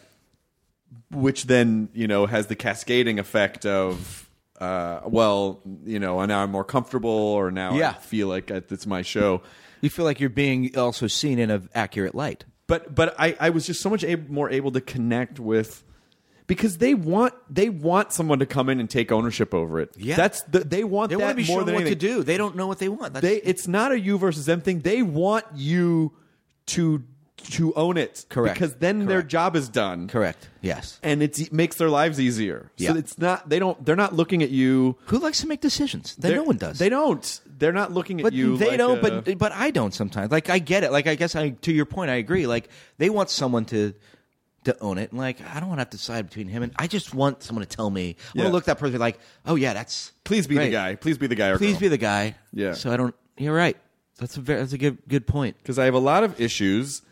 which then you know has the cascading effect of uh, well you know now i'm more comfortable or now Yeah. i feel like I- it's my show You feel like you're being also seen in an accurate light. but but I, I was just so much ab- more able to connect with because they want they want someone to come in and take ownership over it. Yeah. that's the, they want They that want to be more sure than what to anything. do. They don't know what they want. That's, They it's not a you versus them thing. They want you to to own it. Correct. Because then their Correct. job is done. correct. Yes. And it's, it makes their lives easier. Yeah. So it's not they don't they're not looking at you. Who likes to make decisions? Then They're- no one does. They don't. They're not looking at But you. they like don't. a- but but I don't sometimes. Like I get it. Like I guess I to your point, I agree. Like they want someone to to own it. And like I don't want to have to decide between him and I just want someone to tell me. I want Yeah. to look at that person like, oh yeah, that's please be the Right. guy. Please be the guy. Or Please girl. be the guy. Yeah. So I don't. You're right. That's a very, that's a good good point. because I have a lot of issues.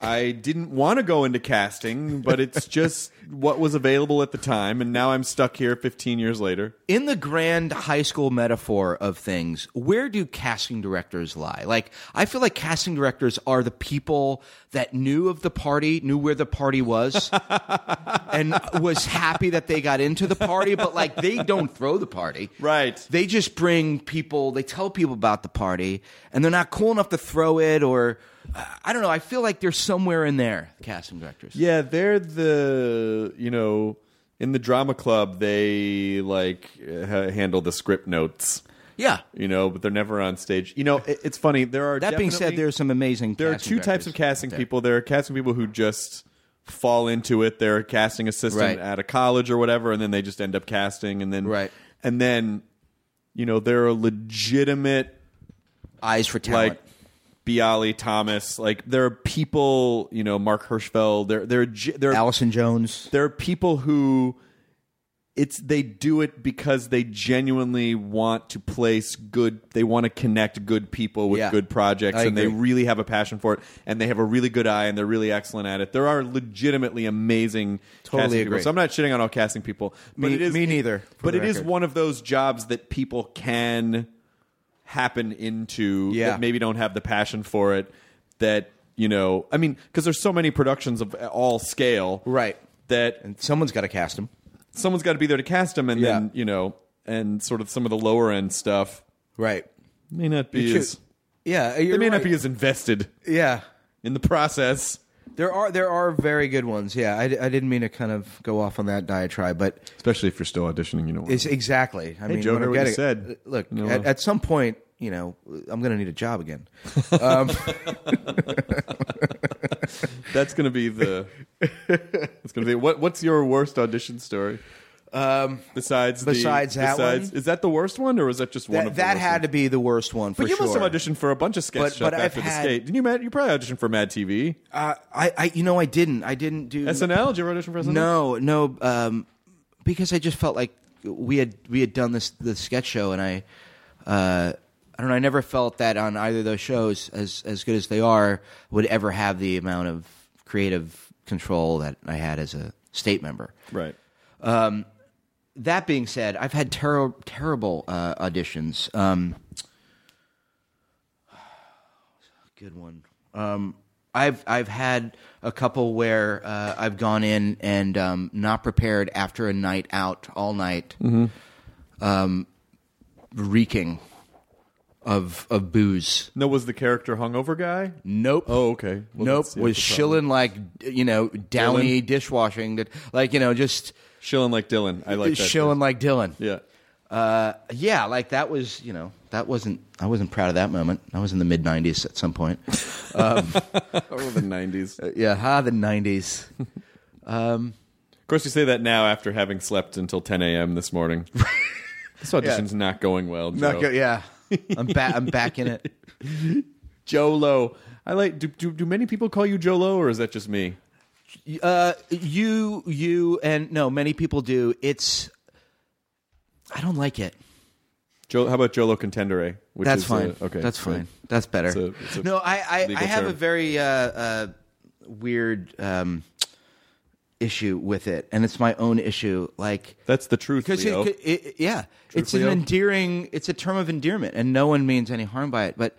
I didn't want to go into casting, but it's just what was available at the time, and now I'm stuck here 15 years later. in the grand high school metaphor of things, where do casting directors lie? Like, I feel like casting directors are the people that knew of the party, knew where the party was, and was happy that they got into the party, but like they don't throw the party. Right. They just bring people, they tell people about the party, and they're not cool enough to throw it or. I don't know. I feel like they're somewhere in there, casting directors. Yeah, they're the you know in the drama club they like uh, handle the script notes, Yeah. you know, but they're never on stage. You know, it, it's funny. There are That being said, definitely- there are some amazing. there are casting two types directors of casting out there. people. There are casting people who just fall into it. They're a casting assistant Right. at a college or whatever, and then they just end up casting, and then Right. and then you know there are legitimate Eyes for talent. like Bialy Thomas, like there are people, you know, Mark Hirschfeld. There, there, are, ge- there, are, Allison Jones. there are people who it's they do it because they genuinely want to place good they want to connect good people with Yeah. good projects I and they agree. really have a passion for it and they have a really good eye and they're really excellent at it there are legitimately amazing Totally casting people agree. so i'm not shitting on all casting people but Me- it is me neither, for but the it is record. one of those jobs that people can happen into Yeah. that maybe don't have the passion for it that you know i mean because there's so many productions of all scale Right. that And someone's got to cast him. someone's got to be there to cast them, and Yeah. then you know, and sort of some of the lower end stuff Right. may not be Shoot. as Yeah. they may not be as invested Yeah. in the process. There are there are very good ones. Yeah, I, I didn't mean to kind of go off on that diatribe, but Especially if you're still auditioning, you know. it's exactly. I mean, Joe, what heard I'm what you getting- said. Look, You know, at, uh, at some point, you know, I'm going to need a job again. Um, that's going to be the. It's going to be what? What's your worst audition story? um, Besides, the- Besides that besides, one? is that the worst one, or was that just one that of the that worst had ones? to be the worst one for But you sure. must have auditioned for a bunch of sketch But- stuff but I've after the had- skate. Didn't you? Mad, you probably auditioned for Mad TV, Uh, I, I, you know, I didn't. I didn't do SNL. Did you ever audition for SNL? No, no, um, because I just felt like we had we had done this the sketch show, and I, uh, I don't know, I never felt that on either of those shows, as as good as they are, would ever have the amount of creative control that I had as a state member. right? That being said, I've had ter- terrible uh, auditions. Um, good one. Um, I've I've had a couple where uh, I've gone in and um, not prepared after a night out all night, Mm-hmm. um, reeking of of booze. No, was the character hungover guy? Nope. Oh, okay. Well, Mm. nope. that's- yeah, Was that's a problem. shilling like you know downy dishwashing that like you know just Shilling like Dylan. I like that. shilling like Dylan. Yeah. uh, yeah, like that was, you know, that wasn't. I wasn't proud of that moment. I was in the mid '90s at some point. Or Oh, the 90s. Of yeah, ha, the '90s. course, you say that now after having slept until 10 a.m. this morning. this audition's not going well, Joe. Not good, yeah, I'm back. I'm back in it. Jolo. I like. Do, do, do many people call you Jolo, or is that just me? Uh, you, you, and no, many people do. It's. I don't like it. Jo, how about Jolo Contendere? Which That's is, uh, fine. okay, that's good. fine. That's better. It's a- it's a no, I, I, legal I have a term. very uh, uh, weird um, issue with it, and it's my own issue. Like. That's the truth, Because Leo. it, it, it- yeah, it's Leo? an endearing. It's a term of endearment, and no one means any harm by it. But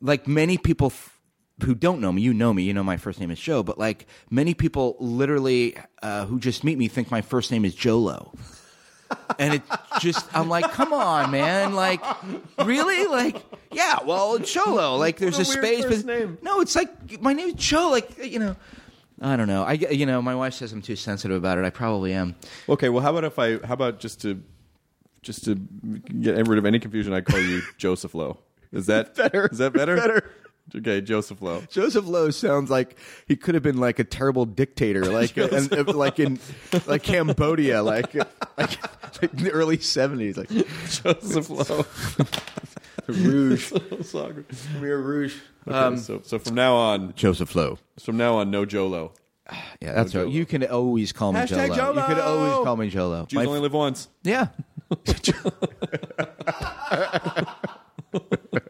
like many people f- who don't know me, you know me. You know my first name is Joe. But like many people, literally, uh, who just meet me, think my first name is Jolo. And it just, I'm like, come on, man! Like, really? Like, yeah. Well, it's Jolo. Like, there's a a, weird space. first but- name. No, it's like my name is Joe. Like, you know, I don't know. I, get- you know, my wife says I'm too sensitive about it. I probably am. okay, well, how about if I. How about just to. Just to get rid of any confusion, I call you Joseph Lowe. Is that better? Is that better? Better. Okay, Joseph Lowe. Joseph Lowe sounds like he could have been like a terrible dictator, like and, uh, like in like Cambodia, like like, like in the early seventies, like Joseph Lowe. Rouge, Soccer. Khmer Rouge. Okay, so, so from now on, Joseph Lowe. from now on, no Jolo. Yeah, that's right. Jolo. You can always call me Hashtag Jolo. Jolo. You can always call me Jolo. Jews My- only live once. yeah.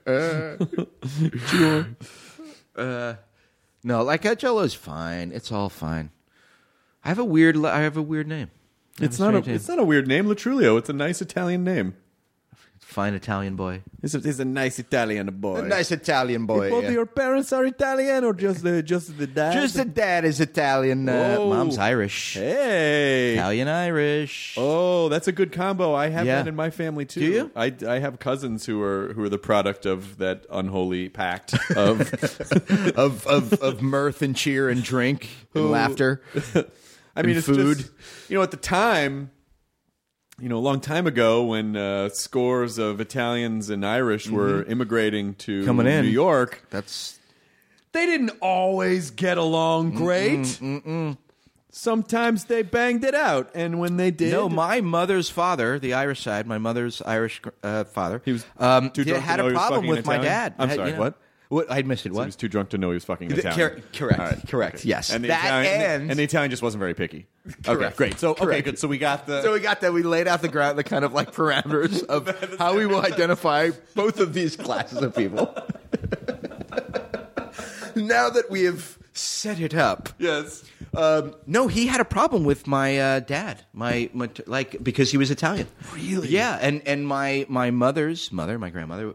Uh, no, like uh, Jolo's fine. It's all fine. I have a weird. li- I have a weird name. I have It's not a strange name. it's not a weird name, Latrulio. It's a nice Italian name. fine Italian boy. It's a, it's a nice Italian boy. Italian boy. Both your parents are Italian, or just the just the dad? Just the dad is Italian. Uh, Whoa. mom's Irish. hey. Italian Irish. Oh, that's a good combo. I have Yeah. that in my family too. Do you? I, I have cousins who are who are the product of that unholy pact of Of, of of mirth and cheer and drink and laughter. I mean, and it's food. just you know at the time, you know, a long time ago when uh, scores of Italians and Irish were immigrating to Mm-hmm. Coming in. New York, That's they didn't always get along great. Sometimes they banged it out, and when they did, no. My mother's father, the Irish side, my mother's Irish uh, father. He was um, too he drunk to had know a he was problem fucking with my Italian? dad. I'm Had- sorry, you know- what? What I'd missed it. So he What? was too drunk to know he was fucking The- Italian. cor- correct, All correct, yes. And the, That Italian, and, and- the, Italian just wasn't very picky. Okay, Correct. great. So okay, Correct. good. So we got the. so we got that. We laid out the ground, the kind of like parameters of how we will identify both of these classes of people. now that we have set it up, yes. Um, no, he had a problem with my uh, dad, my, my like because he was Italian. Really? Yeah, and and my my mother's mother, my grandmother,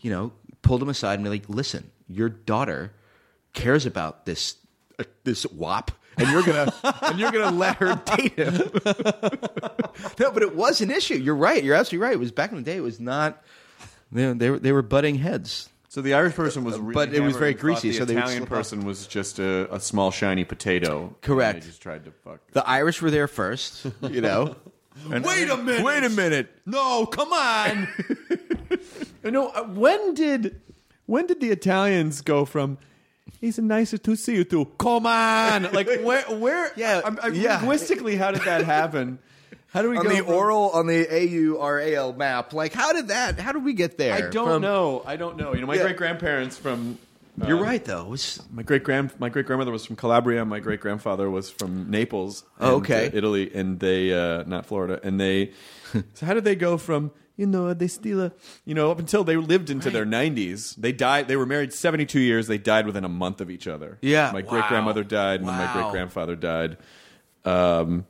you know, pulled him aside and be like, "Listen, your daughter cares about this uh, this wop, and you're gonna and you're gonna let her date him." no, but it was an issue. You're right. You're absolutely right. It was back in the day. It was not. You know, they were they were butting heads. So the Irish person was, really But it was hammered very and thought greasy, The so they would Italian slip up. person was just a, a small shiny potato. and Correct. They just tried to fuck. The Irish were there first, you know. And- Wait a minute. Wait a minute. No, come on. you know uh, when did when did the Italians go from he's nice to see you to come on like where where Yeah, I'm, I'm, yeah. linguistically how did that happen? How do we on go the from- oral on the A U R A L map. Like, how did that? How did we get there? I don't From- know. I don't know. You know, my Yeah. great grandparents from You're right, though. It was- my great grand my great grandmother was from Calabria. My great grandfather was from Naples. Oh, and, okay. uh, Italy, and they uh, not Florida. And they so how did they go from you know they still uh, you know up until they lived into their nineties. They died. They were married seventy two years. They died within a month of each other. Yeah. my Wow. great grandmother died, and then my Wow. great grandfather died. Um,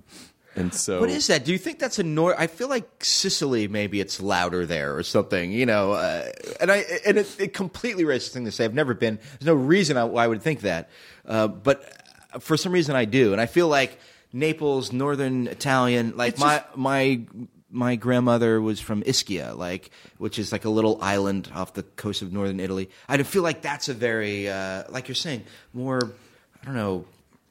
and so What is that? Do you think that's a nor? I feel like Sicily. Maybe it's louder there or something. You know, uh, and I and it, it completely racist thing to say. I've never been. There's no reason I, why I would think that, uh, but for some reason I do, and I feel like Naples, northern Italian. Like my my my grandmother was from Ischia, like which is like a little island off the coast of northern Italy. I do feel like that's a very uh, like you're saying more. I don't know.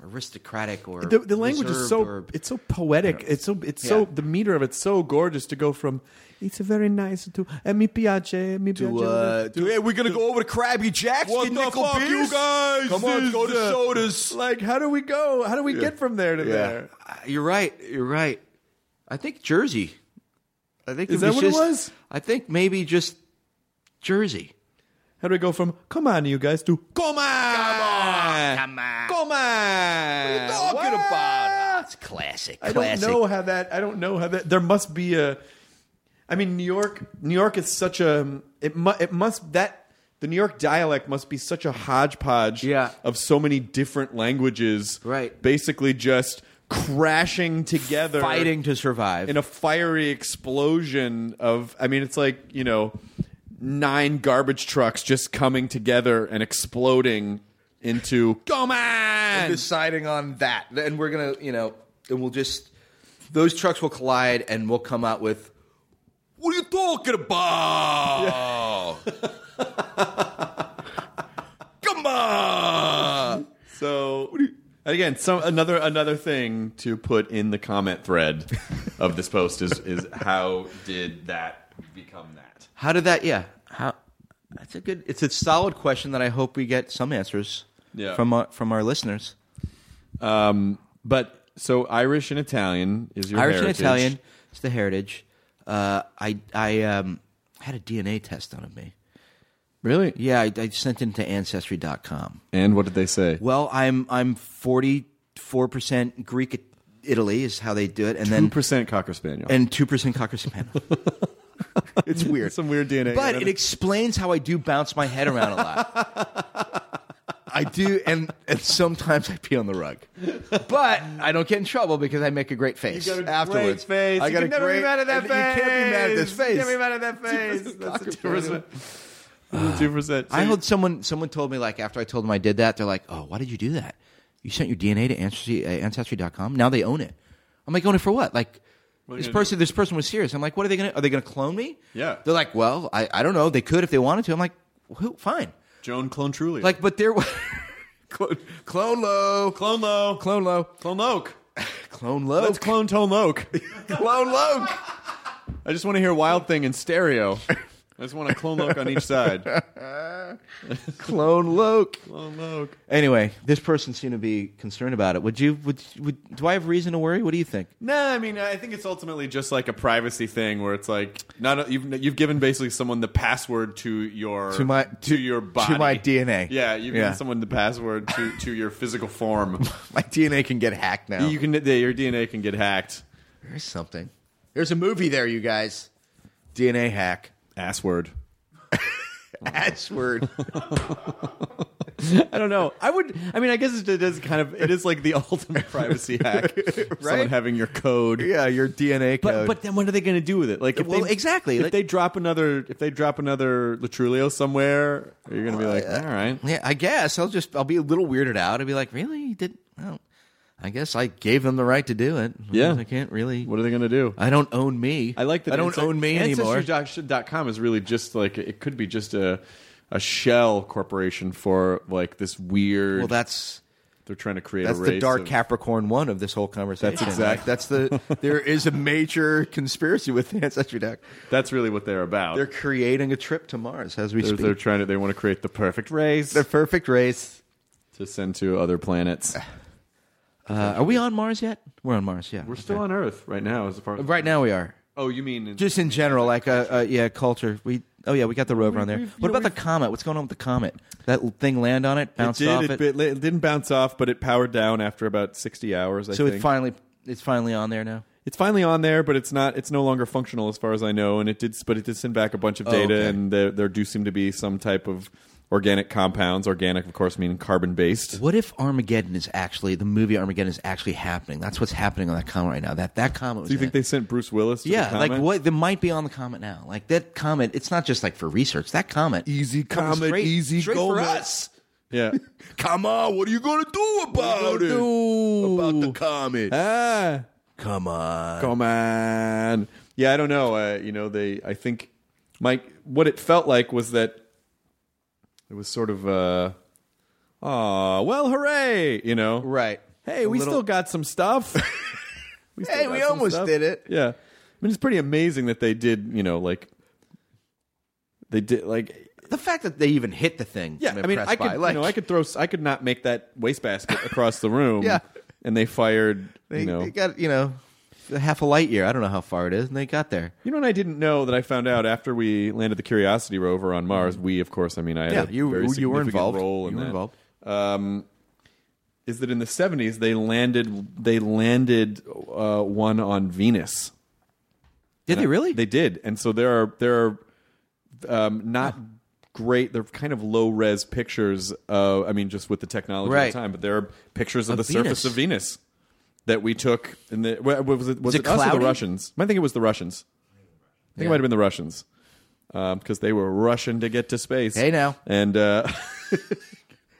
Aristocratic or the, the language is reserved so or- it's so poetic. It's so it's so Yeah. the meter of it's so gorgeous to go from it's a very nice to eh, mi piace mi piace. to, uh, to, hey, we're gonna go over to Krabby Jack's. What get the nickel fuck, beers? you guys? Come on, This go to is, uh, sodas. like how do we go? How do we get from there to there? Uh, You're right. You're right. I think Jersey. I think Is it that was what it just- was? I think maybe just Jersey. How do we go from come on you guys to come on come on come on? What are Talking about it's classic. I don't classic. know how that. I don't know how that. There must be a. I mean, New York. New York is such a. It mu, It must that the New York dialect must be such a hodgepodge. Yeah. Of so many different languages. Right. Basically, just crashing together, Fighting to survive. in a fiery explosion of. I mean, it's like you know, nine garbage trucks just coming together and exploding into. Come on. deciding on that, and we're gonna, you know, and we'll just those trucks will collide, and we'll come out with. What are you talking about? come on. So and again, some another another thing to put in the comment thread of this post is is how did that become that? How did that? Yeah. How? That's a good. It's a solid question that I hope we get some answers Yeah. from our, from our listeners. Um, but so Irish and Italian is your Irish heritage. and Italian. It's the heritage. Uh, I I um, had a DNA test done of me. Really? Yeah, I, I sent it to ancestry.com. And what did they say? Well, I'm I'm 44 percent Greek Italy is how they do it, and Two then percent cocker spaniel. and two percent Cocker Spaniel. it's weird, some weird DNA. but it explains how I do bounce my head around a lot. I do, and, and sometimes I pee on the rug, but I don't get in trouble because I make a great face You got a great afterwards. face. I You got can a never be great- mad at that and You can't be mad at this face. face. You can't be mad at that face. That's a Two percent. I heard someone someone told me like after I told them I did that, they're like, "Oh, why did you do that? You sent your DNA to ancestry, uh, ancestry.com. Now they own it." I'm like, "Own it for what?" Like are you this gonna person this person was serious. I'm like, "What are they going to are they going to clone me?" Yeah. They're like, "Well, I, I don't know. They could if they wanted to." I'm like, "Who? Fine." Joan Clone Truly. Like, but they're clone, clone low, Clone Low. clone low, Clone Loke. clone low, Let's clone Tone Loke. clone low. I just want to hear Wild Thing in stereo. I just want a clone look on each side. Clone Loke. Oh, no. Anyway, this person seemed to be concerned about it. Would you? Would, would do I have reason to worry? What do you think? No, I mean, I think it's ultimately just like a privacy thing where it's like not a, you've you've given basically someone the password to your To my- to, to- your to body my DNA. Yeah, you've Yeah. given someone the password to to your physical form. My DNA can get hacked now. you can yeah, your DNA can get hacked. There's something. There's a movie there, you guys. DNA hack. Ass word. Oh. Ass word. I don't know. I would. I mean, I guess it is kind of. It is like the ultimate privacy hack. Someone having your code. yeah, your DNA But but then what are they going to do with it? Like if Well, they, exactly, if like- they drop another if they drop another Latrulio somewhere, you're going to be like, all right, yeah, I guess I'll just I'll be a little weirded out. I'll be like, really? You did? Well, I guess I gave them the right to do it. Yeah. I can't really. what are they going to do? I don't own me. I like that. I don't Ansa- own me anymore. Ancestry.com is really just like it could be just a a shell corporation for like this weird. Well, that's they're trying to create that's a race. the dark of- Capricorn one of this whole conversation. That's exact- Like, that's the there is a major conspiracy with ancestry deck. That's really what they're about. They're They're, creating a trip to Mars as we they're, speak. trying to. They want to create the perfect race The perfect race. to send to other planets. Uh, are we on Mars yet? We're on Mars. Yeah, We're still on Earth right now, as far as right now. We are. Oh, you mean in- Just in general, like uh, uh, yeah, culture. We oh yeah, we got the rover on there. What about the comet? What's going on with the comet? That l- thing land on it, it bounced did. off It, it, bit- it didn't bounce off, but it powered down after about sixty hours. I so think. it finally it's finally on there now. It's finally on there, but it's not. It's no longer functional, as far as I know. And it did, but it did send back a bunch of data, Oh, okay. and there, there do seem to be some type of organic compounds. Organic, of course, meaning carbon based. What if Armageddon is actually the movie Armageddon is actually happening? That's what's happening on that comet right now. That that comet. Was Do you think they in it. sent Bruce Willis? To the Yeah, like comet? what they might be on the comet now. Like that comet, it's not just like for research. That comet, Easy coming comet, straight, easy straight for comet. us. Yeah. Come on, what are you gonna do about gonna it? About the comet? ah, Come on. come on. Yeah, I don't know. Uh, you know, they. I think, Mike. What it felt like was that it was sort of. Uh, Aw, well, hooray! You know, Right. Hey, A we little- still got some stuff. We still Hey, got we some almost did it. Yeah. I mean, it's pretty amazing that they did, you know, like, they did, like, The fact that they even hit the thing. yeah, I'm I mean, I impressed could, by. you Like, know, I could throw, I could not make that wastebasket across the room. Yeah. And they fired, They, you know. they got you know half a light year. I don't know how far it is, and they got there. you know what I didn't know that I found out after we landed the Curiosity rover on Mars? We, of course, I mean, I had Mm-hmm. Yeah, a you- very you were significant involved. role in You were that. involved. Um, is that in the 70s they landed they landed uh, one on Venus. Did they really? They did, and so there are there are um, not great. They're kind of low res pictures. Uh, I mean, just with the technology Right. at the time, but there are pictures of, Of the surface Venus. of Venus that we took. In the wha- what was it was Is it, it us or the cloudy? Russians? I think it was the Russians. I think it Yeah. might have been the Russians because they were rushing to get to space. Hey, now. and. Uh,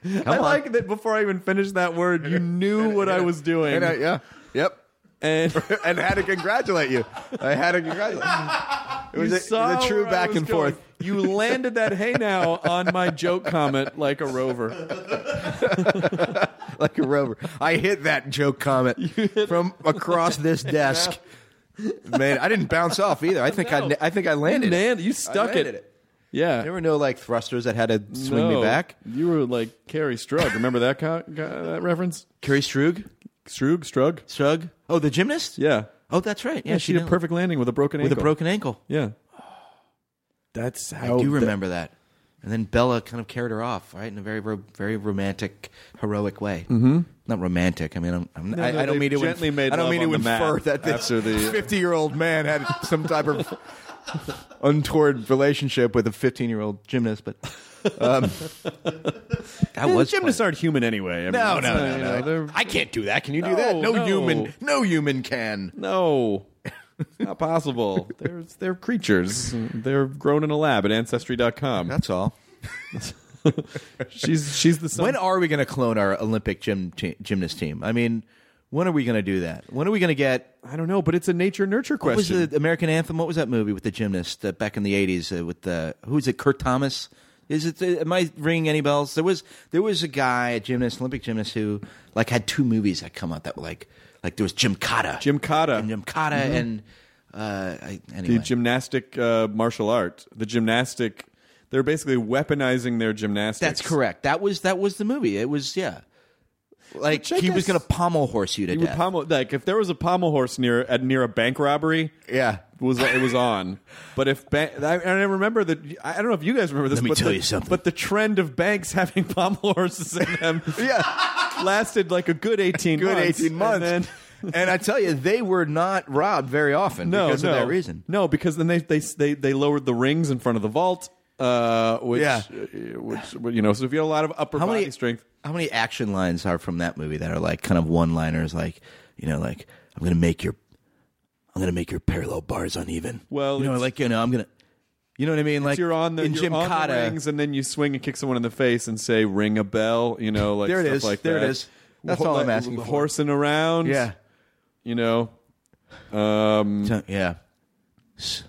I on. like that before I even finished that word, you knew what I was doing. And I- yeah. Yep. And and had to congratulate you. I had to congratulate. You. You It was, a, it was a saw true where I back was and going. forth. You landed that hey now on my joke comment like a rover. like a rover. I hit that joke comment from across this desk. Man, I didn't bounce off either. I think I, I think I landed. it. Man, you stuck I landed it. Yeah. There were no like thrusters that had to swing No. me back. You were like Carrie Strug. Remember that co- guy, that reference? Carrie Strug, Strug, Strug. Strug. Oh, the gymnast. Yeah. Oh, that's right. Yeah, Yeah, she, she did nailed it. perfect landing with a broken with ankle. a broken ankle. Yeah. That's how I do remember that. And then Bella kind of carried her off, right, in a very, ro- very romantic, heroic way. Mm-hmm. Not romantic. I mean, I'm, I'm, I, no, I don't they mean to. gently inf- made I don't love mean on to the mat infer that this after the- fifty-year-old man had some type of untoward relationship with a fifteen-year-old gymnast, but um, that Yeah, was gymnasts fun. aren't human anyway. I mean, No, it's no, not, no, you no. know, they're- I can't do that. Can you do No, that? No, no. human, no human can. No. Not possible. They're, they're creatures. They're grown in a lab at ancestry.com. That's all. She's she's the son When are we going to clone our Olympic gym te- gymnast team? I mean, when are we going to do that? When are we going to get? I don't know, but it's a nature nurture What was question. the American anthem? What was that movie with the gymnast uh, back in the eighties? Uh, with the who is it? Kurt Thomas. Is it? Uh, am I ringing any bells? There was there was a guy, a gymnast, Olympic gymnast, who like had two movies that come out that were like like there was Jim Cotta, Jim Mm-hmm. and Cotta, Jim Cotta, and uh, I, the anyway, gymnastic uh, martial art, the gymnastic. They're basically weaponizing their gymnastics. That's correct. That was that was the movie. It was yeah. Like I he was guess- going to pommel horse you to You would death. pommel like if there was a pommel horse near at near a bank robbery. yeah. it was it was on. But if bank, I, and I remember that I don't know if you guys remember this. Let me but tell the, you something. But the trend of banks having pommel horses in them, lasted like a good eighteen, Good months, 18 months. And And, then- I tell you, they were not robbed very often no, because no of that reason. No, because then they they they, they lowered the rings in front of the vault. Uh, which, Yeah. uh, which you know, so if you have a lot of upper How body many strength, How many action lines are from that movie that are like kind of one-liners like, you know, like I'm going to make your I'm going to make your parallel bars uneven. Well, you know, it's- like you know, I'm going to You know what I mean? Like you're on the in you're Jim on the Cotta, rings, and then you swing and kick someone in the face and say "ring a bell," you know, like There it stuff is. like There it that. is. That's all I'm asking for. Horsing around, Yeah. you know, Mm. So- yeah. S-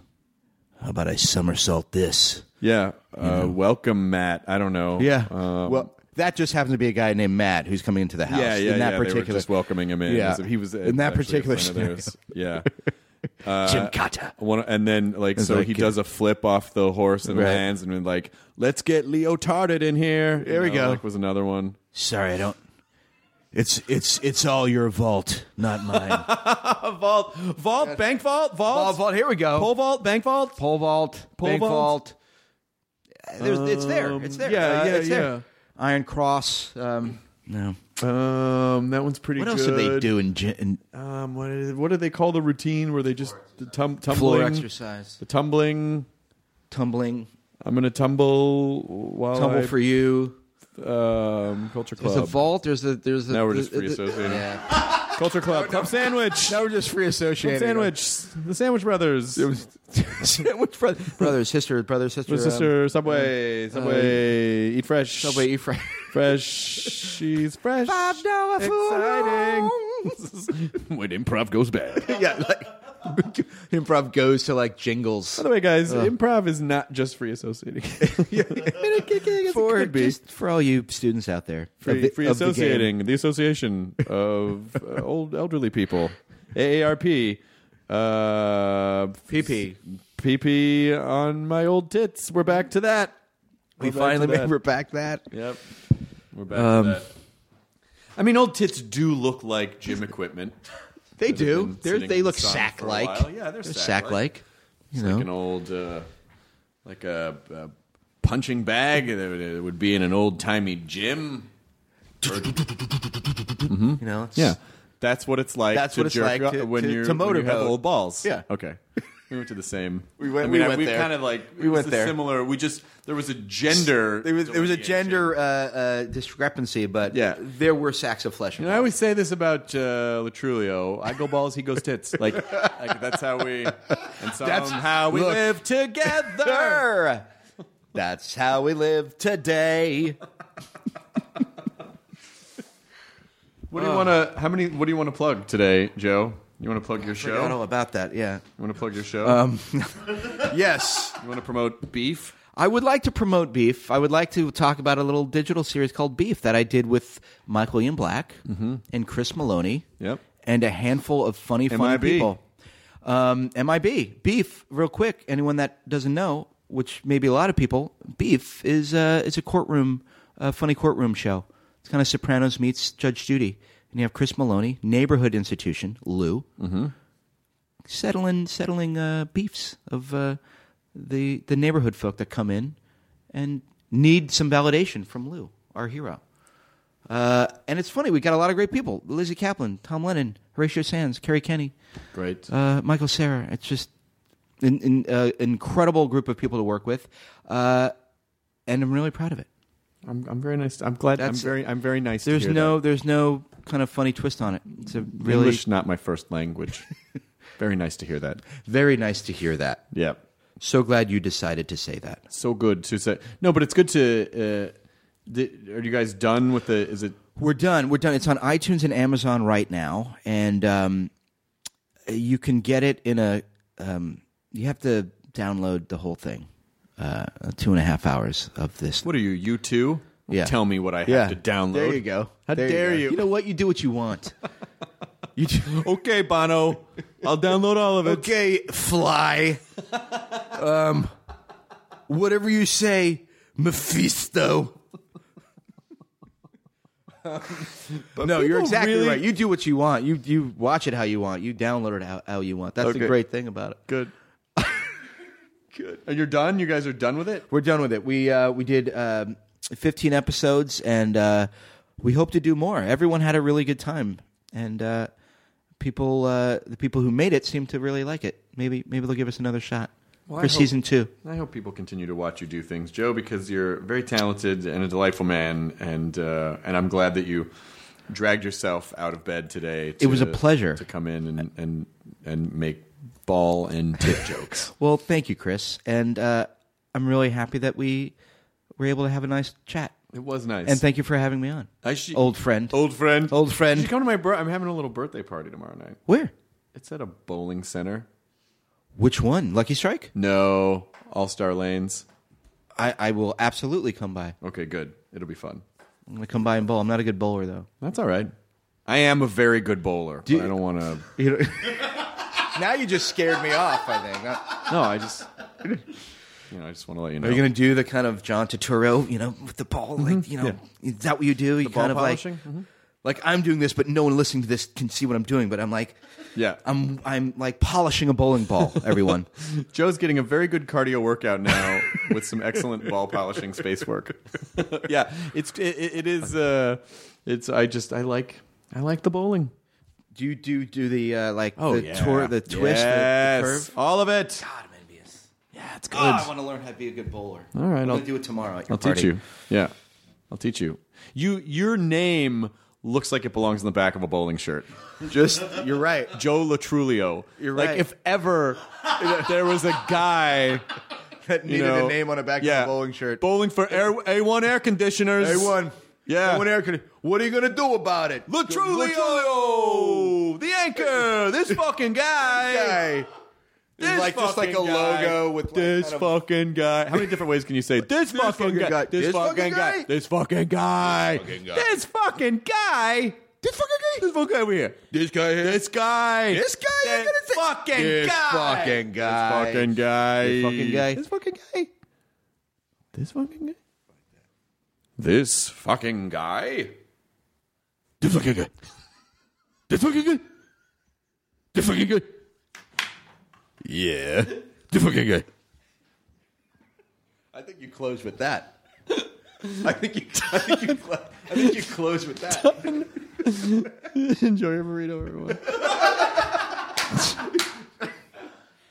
How about I somersault this? yeah. Uh, welcome, Matt. I don't know. Um, well, that just happens to be a guy named Matt who's coming into the house. yeah, yeah, in that yeah. particular They were just welcoming him in. Yeah. So he was In actually that a particular friend of theirs. Yeah. uh, Jim Cotta. One, and then like It's so like, he uh, does a flip off the horse and Right. lands and then like let's get Leo Tarded in here. There we go. Like was another one. Sorry, I don't. It's it's it's all your vault, not mine. vault, vault, bank vault, vault, Here we go. pole vault, bank vault. pole vault, Pole bank vault? vault. Uh, There's, it's there. It's there. Um, yeah, Uh, yeah, it's there. yeah. Iron Cross. Um, no. Um, that one's pretty. What else good. did they do in, gen- in Um, what, is, what do they call the routine where they just the tum- tumbling? floor exercise? The tumbling. Tumbling, I'm gonna tumble while tumble I, for you. um, culture There's club. a vault. There's a there's a. Now we're just the- free the- associating. Yeah. culture club. Club sandwich. Now we're just free Club associating. sandwich. The Sandwich Brothers. sandwich brother, brothers, sister, brother, sister, Your sister, Subway, Subway, eat fresh. Um, subway, Ephraim. fresh. She's fresh. Five dollar Exciting. when improv goes bad. By yeah, like improv goes to like jingles. the way, guys, improv is not just free associating. for could be. just for all you students out there, free, of the- free of the game. associating, the, association of uh, old elderly people, AARP, uh, PP. PP on my old tits. We're back to that. We back to finally that. made, we're back that. Yep. Um, We're back to that. I mean, old tits do look like gym equipment. That They have do. been They're, sitting they in the look sun for a sack while. like. Yeah, they're sack sack-like. like. You It's know, like an old, uh, like a, a punching bag that would, it would be in an old timey gym. you know. It's, that's what it's like. That's to what it's jerk like you- to- when to- you to when you have motorboat. old balls. Yeah. Okay. We went to the same. We went- I mean, we I- went we there. kind of like We went a there. Similar. We just there was a gender. There was, there was a delineation. gender uh, uh, discrepancy, but Yeah. there were sacks of flesh. You know, I always say this about uh, Latrulio. I go balls, he goes tits. Like, like that's how we. And so that's how we look. live together. Err! That's how we live today. What do you want to? How many? What do you want to plug today, Joe? You want to plug your Forgot all show? about that. Yeah. You want to plug your show? Yes. you want to promote beef? I would like to promote Beef. I would like to talk about a little digital series called Beef that I did with Michael Ian Black and Chris Maloney. Yep. And a handful of funny, funny MIB. people. Um, MIB. Beef, real quick, anyone that doesn't know, which maybe a lot of people, Beef is uh, it's a courtroom, uh, funny courtroom show. It's kind of Sopranos meets Judge Judy. And you have Chris Maloney, Neighborhood Institution, Lou, settling settling uh, beefs of uh, the the neighborhood folk that come in and need some validation from Lou, our hero. Uh, and it's funny, we got a lot of great people: Lizzie Kaplan, Tom Lennon, Horatio Sands, Kerry Kenny, Great. uh, Michael Sarah. It's just an, an uh, incredible group of people to work with, uh, and I'm really proud of it. I'm, I'm very nice. I'm glad. I'm That's- very. I'm very nice. to There's hear no that. there's no kind of funny twist on it. It's a really English, not my first language. very nice to hear that. very nice to hear that. Yeah. So glad you decided to say that. So good to say. No, but it's good to. Uh, the, are you guys done with the? Is it? We're done. We're done. It's on iTunes and Amazon right now, and um, you can get it in a. Um, you have to download the whole thing. Uh, two and a half hours of this. What are you? You two? Yeah. Tell me what I have to download. There you go. How There dare go. you? You know what? You do what you want. you do. Okay, Bono. I'll download all of it. Okay, fly. um, Whatever you say, Mephisto. no, you're people exactly really- right. You do what you want. You you watch it how you want. You download it how, how you want. That's Okay. the great thing about it. Good. Good. And you're done? You guys are done with it? We're done with it. We uh, we did um 15 episodes, and uh, we hope to do more. Everyone had a really good time, and uh, people uh, the people who made it seem to really like it. Maybe maybe they'll give us another shot Well, I for hope- season two. I hope people continue to watch you do things, Joe, because you're very talented and a delightful man, and uh, and I'm glad that you dragged yourself out of bed today. To, It was a pleasure. to come in and and and make ball and tip jokes. Well, thank you, Chris, and uh, I'm really happy that we were able to have a nice chat. It was nice. And thank you for having me on, I should- old friend. old friend. Old friend. You should come to my. Bir- I'm having a little birthday party tomorrow night. Where? It's at a bowling center. Which one? Lucky Strike? No, All Star Lanes. I, I will absolutely come by. Okay, good. It'll be fun. I'm gonna come by and bowl. I'm not a good bowler though. That's all right. I am a very good bowler. but I don't want to. You know- now you just scared me off. I think. Uh, No, I just. You know, I just want to let you know. Are you gonna do the kind of John Turturro, you know, with the ball? Like, you know, is that what you do? You kind of polishing? like, mm-hmm. like I'm doing this, but no one listening to this can see what I'm doing. But I'm like, Yeah. I'm I'm like polishing a bowling ball. Everyone, Joe's getting a very good cardio workout now with some excellent ball polishing space work. yeah, it's it, it it is. Uh, it's I just I like I like the bowling. do you do do the uh, like the Oh, yeah. tour, the twist, the- yes, the, curve? all of it. God, I'm envious. Yeah, it's good. Oh, I want to learn how to be a good bowler. All right, I'm I'll- gonna do it tomorrow. At your I'll party. teach you. Yeah, I'll teach you. You your name looks like it belongs in the back of a bowling shirt. Just you're right. Joe Latrulio. You're like right. if ever there was a guy That you needed know, a name on the back yeah, of a bowling shirt. Bowling for air, A1 air conditioners. Hey, one. Yeah. One air condi- What are you gonna do about it? Latrulio, oh, the anchor, this fucking guy, oh, Guy. this like just like a fucking guy. logo with like this kind of- fucking guy. How many different ways can you say this, fucking, fucking guy, guy, this, fucking guy, this fucking guy, this fucking guy, this fucking guy, this fucking guy over here, this guy, this guy, This guy you're this gonna say- fucking This guy, fucking guy. this fucking guy, This fucking guy. this fucking guy, this fucking guy, this fucking guy. This fucking guy. This fucking guy. This fucking guy. Yeah. This fucking guy. I think you close with that. I think you. I think you. clo- I think you close with that. Enjoy your burrito, everyone.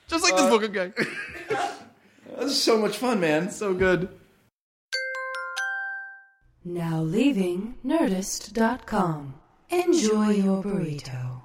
Just like this fucking guy. That's so much fun, man. So good. Now leaving Nerdist.com. Enjoy your burrito.